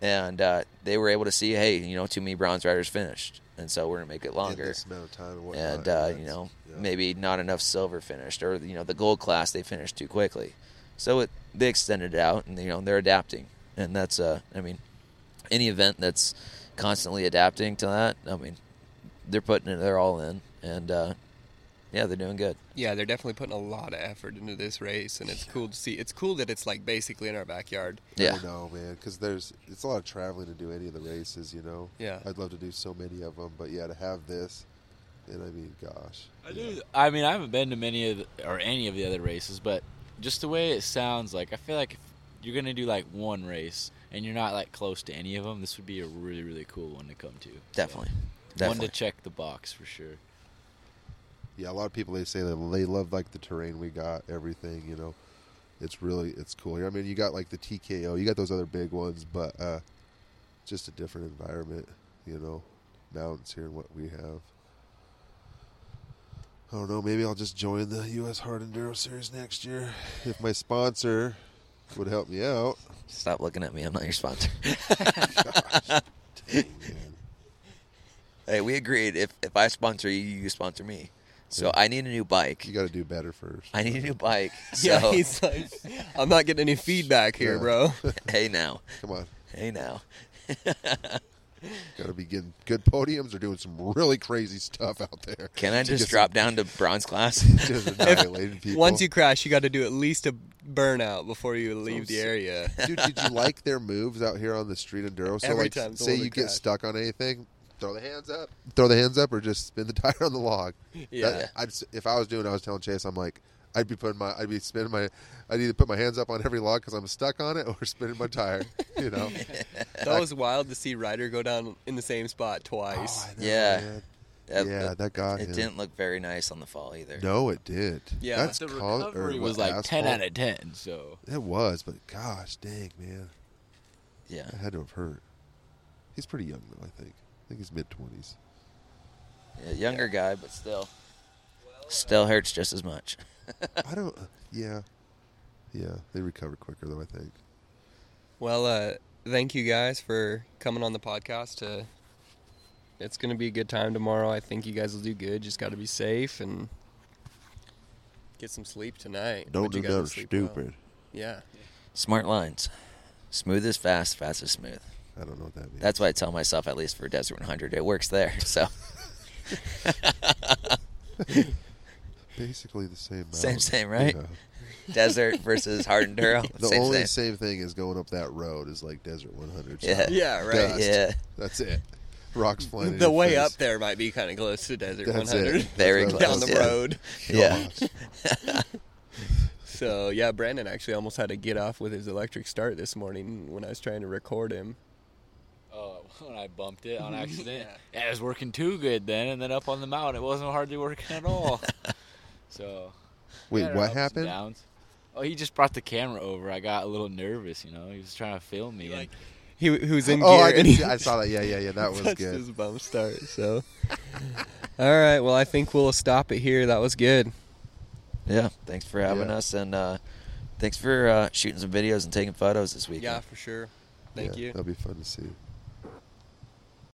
B: and uh, they were able to see hey you know too many bronze riders finished and so we're gonna make it
A: in
B: longer
A: this amount of time and whatnot.
B: and uh,
A: that's-
B: you know
A: yeah.
B: maybe not enough silver finished or you know the gold class they finished too quickly so it they extended it out and you know they're adapting and that's uh i mean any event that's constantly adapting to that i mean they're putting it they're all in and uh yeah they're doing good
C: yeah, they're definitely putting a lot of effort into this race, and it's cool to see. It's cool that it's like basically in our backyard.
A: I
B: yeah
A: don't know, man, because there's it's a lot of traveling to do any of the races. You know,
C: Yeah.
A: I'd love to do so many of them, but yeah, to have this, and I mean, gosh,
D: I do. I mean, I haven't been to many of the, or any of the other races, but just the way it sounds like, I feel like if you're gonna do like one race and you're not like close to any of them, this would be a really really cool one to come to.
B: definitely
D: So,
B: definitely
D: one to check the box for sure.
A: yeah, a lot of people they say that they love like the terrain we got, everything. You know, it's really it's cool. here. I mean, you got like the TKO, you got those other big ones, but uh just a different environment. You know, mountains here and what we have. I don't know. Maybe I'll just join the U.S. Hard Enduro Series next year if my sponsor would help me out.
B: Stop looking at me. I'm not your sponsor. <laughs>
A: Dang, man.
B: hey, we agreed. If if I sponsor you, you sponsor me. So I need a new bike.
A: You got to do better first.
B: I need a
A: <laughs>
B: new bike. So
C: Yeah, he's like, I'm not getting any feedback here,
A: Yeah.
C: bro.
B: <laughs> hey now,
A: Come on,
B: hey now. <laughs>
A: got to be getting good podiums or doing some really crazy stuff out there.
B: Can I
A: to
B: just
A: get
B: drop down to
A: <laughs>
B: bronze class?
A: some- just annihilating <laughs> people.
C: Once you crash, you got to do at least a burnout before you leave the
A: sick.
B: <laughs>
C: area.
A: dude, did you like their moves out here on the street enduro? So
C: Every
A: like,
C: time
A: say
C: someone
A: you get
C: crash.
A: stuck on anything, throw the hands up, throw the hands up, or just spin the <laughs> tire on the log.
C: Yeah.
A: That- I'd, s- if I was doing, I was telling Chase, I'm like. I'd be putting my, I'd be spinning my, I'd either put my hands up on every log because I'm stuck on it, <laughs> or spinning my tire. You know,
C: That was wild to see Ryder go down in the same spot twice.
A: Oh, I know,
B: Yeah.
A: man.
B: <laughs> That-
A: yeah,
B: it,
A: that got
B: it
A: him.
B: didn't look very nice on the fall either.
A: No, it did.
C: Yeah,
A: that's
D: The
A: con- or
D: recovery was
A: what,
D: like ten
A: asphalt?
D: out of ten. So
A: It was, but gosh, dang man,
B: Yeah.
A: that had to have hurt. He's pretty young though. I think. I think he's mid twenties.
B: Yeah, younger guy, but still, still hurts just as much.
A: uh, I don't. Yeah, yeah. They recovered quicker though. I think.
C: Well, uh, thank you guys for coming on the podcast. Uh, it's going to be a good time tomorrow. I think you guys will do good. Just got to be safe and get some sleep tonight.
A: Don't
C: But you
A: do
C: guys will
A: nothing
C: sleep well.
A: stupid.
C: Yeah.
B: Smart lines. Smooth is fast, fast is smooth.
A: I don't know what that means.
B: That's what I tell myself, at least for Desert 100. It works there.
A: <laughs>
B: So, <laughs>
A: basically the same. Mountain.
B: Same, same, right?
A: Yeah.
B: desert
A: <laughs>
B: versus hard enduro.
A: The
B: same,
A: only
B: same.
A: same thing is going up that road is like Desert 100.
B: Yeah.
A: style.
C: Yeah, right.
A: Dust.
B: Yeah.
A: That's it. Rocks flying. in
C: The
A: your
C: way
A: face.
C: up there might be kind of close to Desert
A: That's
C: 100
A: it.
B: Very
A: That's what I
C: <laughs> down
B: close,
C: the
A: was
B: yeah.
C: road.
B: Yeah.
C: So yeah, Brandon actually almost had to get off with his electric start this morning when I was trying to record him.
D: Oh, <laughs> when I bumped it on accident, <laughs> yeah. it was working too good then, and then up on the mountain, it wasn't hardly working at all. so,
A: Wait,
D: yeah, ups
A: what
D: and
A: happened?
D: downs. Oh, he just brought the camera over. I got a little nervous, you know. He was trying to film me. and-
C: He who's <laughs> in
A: Oh,
C: gear
A: I,
C: and
A: can
C: he
A: see, I saw that. Yeah, yeah, yeah.
C: <laughs>
A: That was
C: touched
A: good.
C: his bump start. So <laughs> all right, well I think we'll stop it here. That was good.
B: Yeah. Thanks for having
A: Yeah.
B: us. And uh, thanks for uh, shooting some videos and taking photos this weekend.
C: Yeah, for sure. Thank
A: Yeah,
C: you.
A: That'll be fun to see.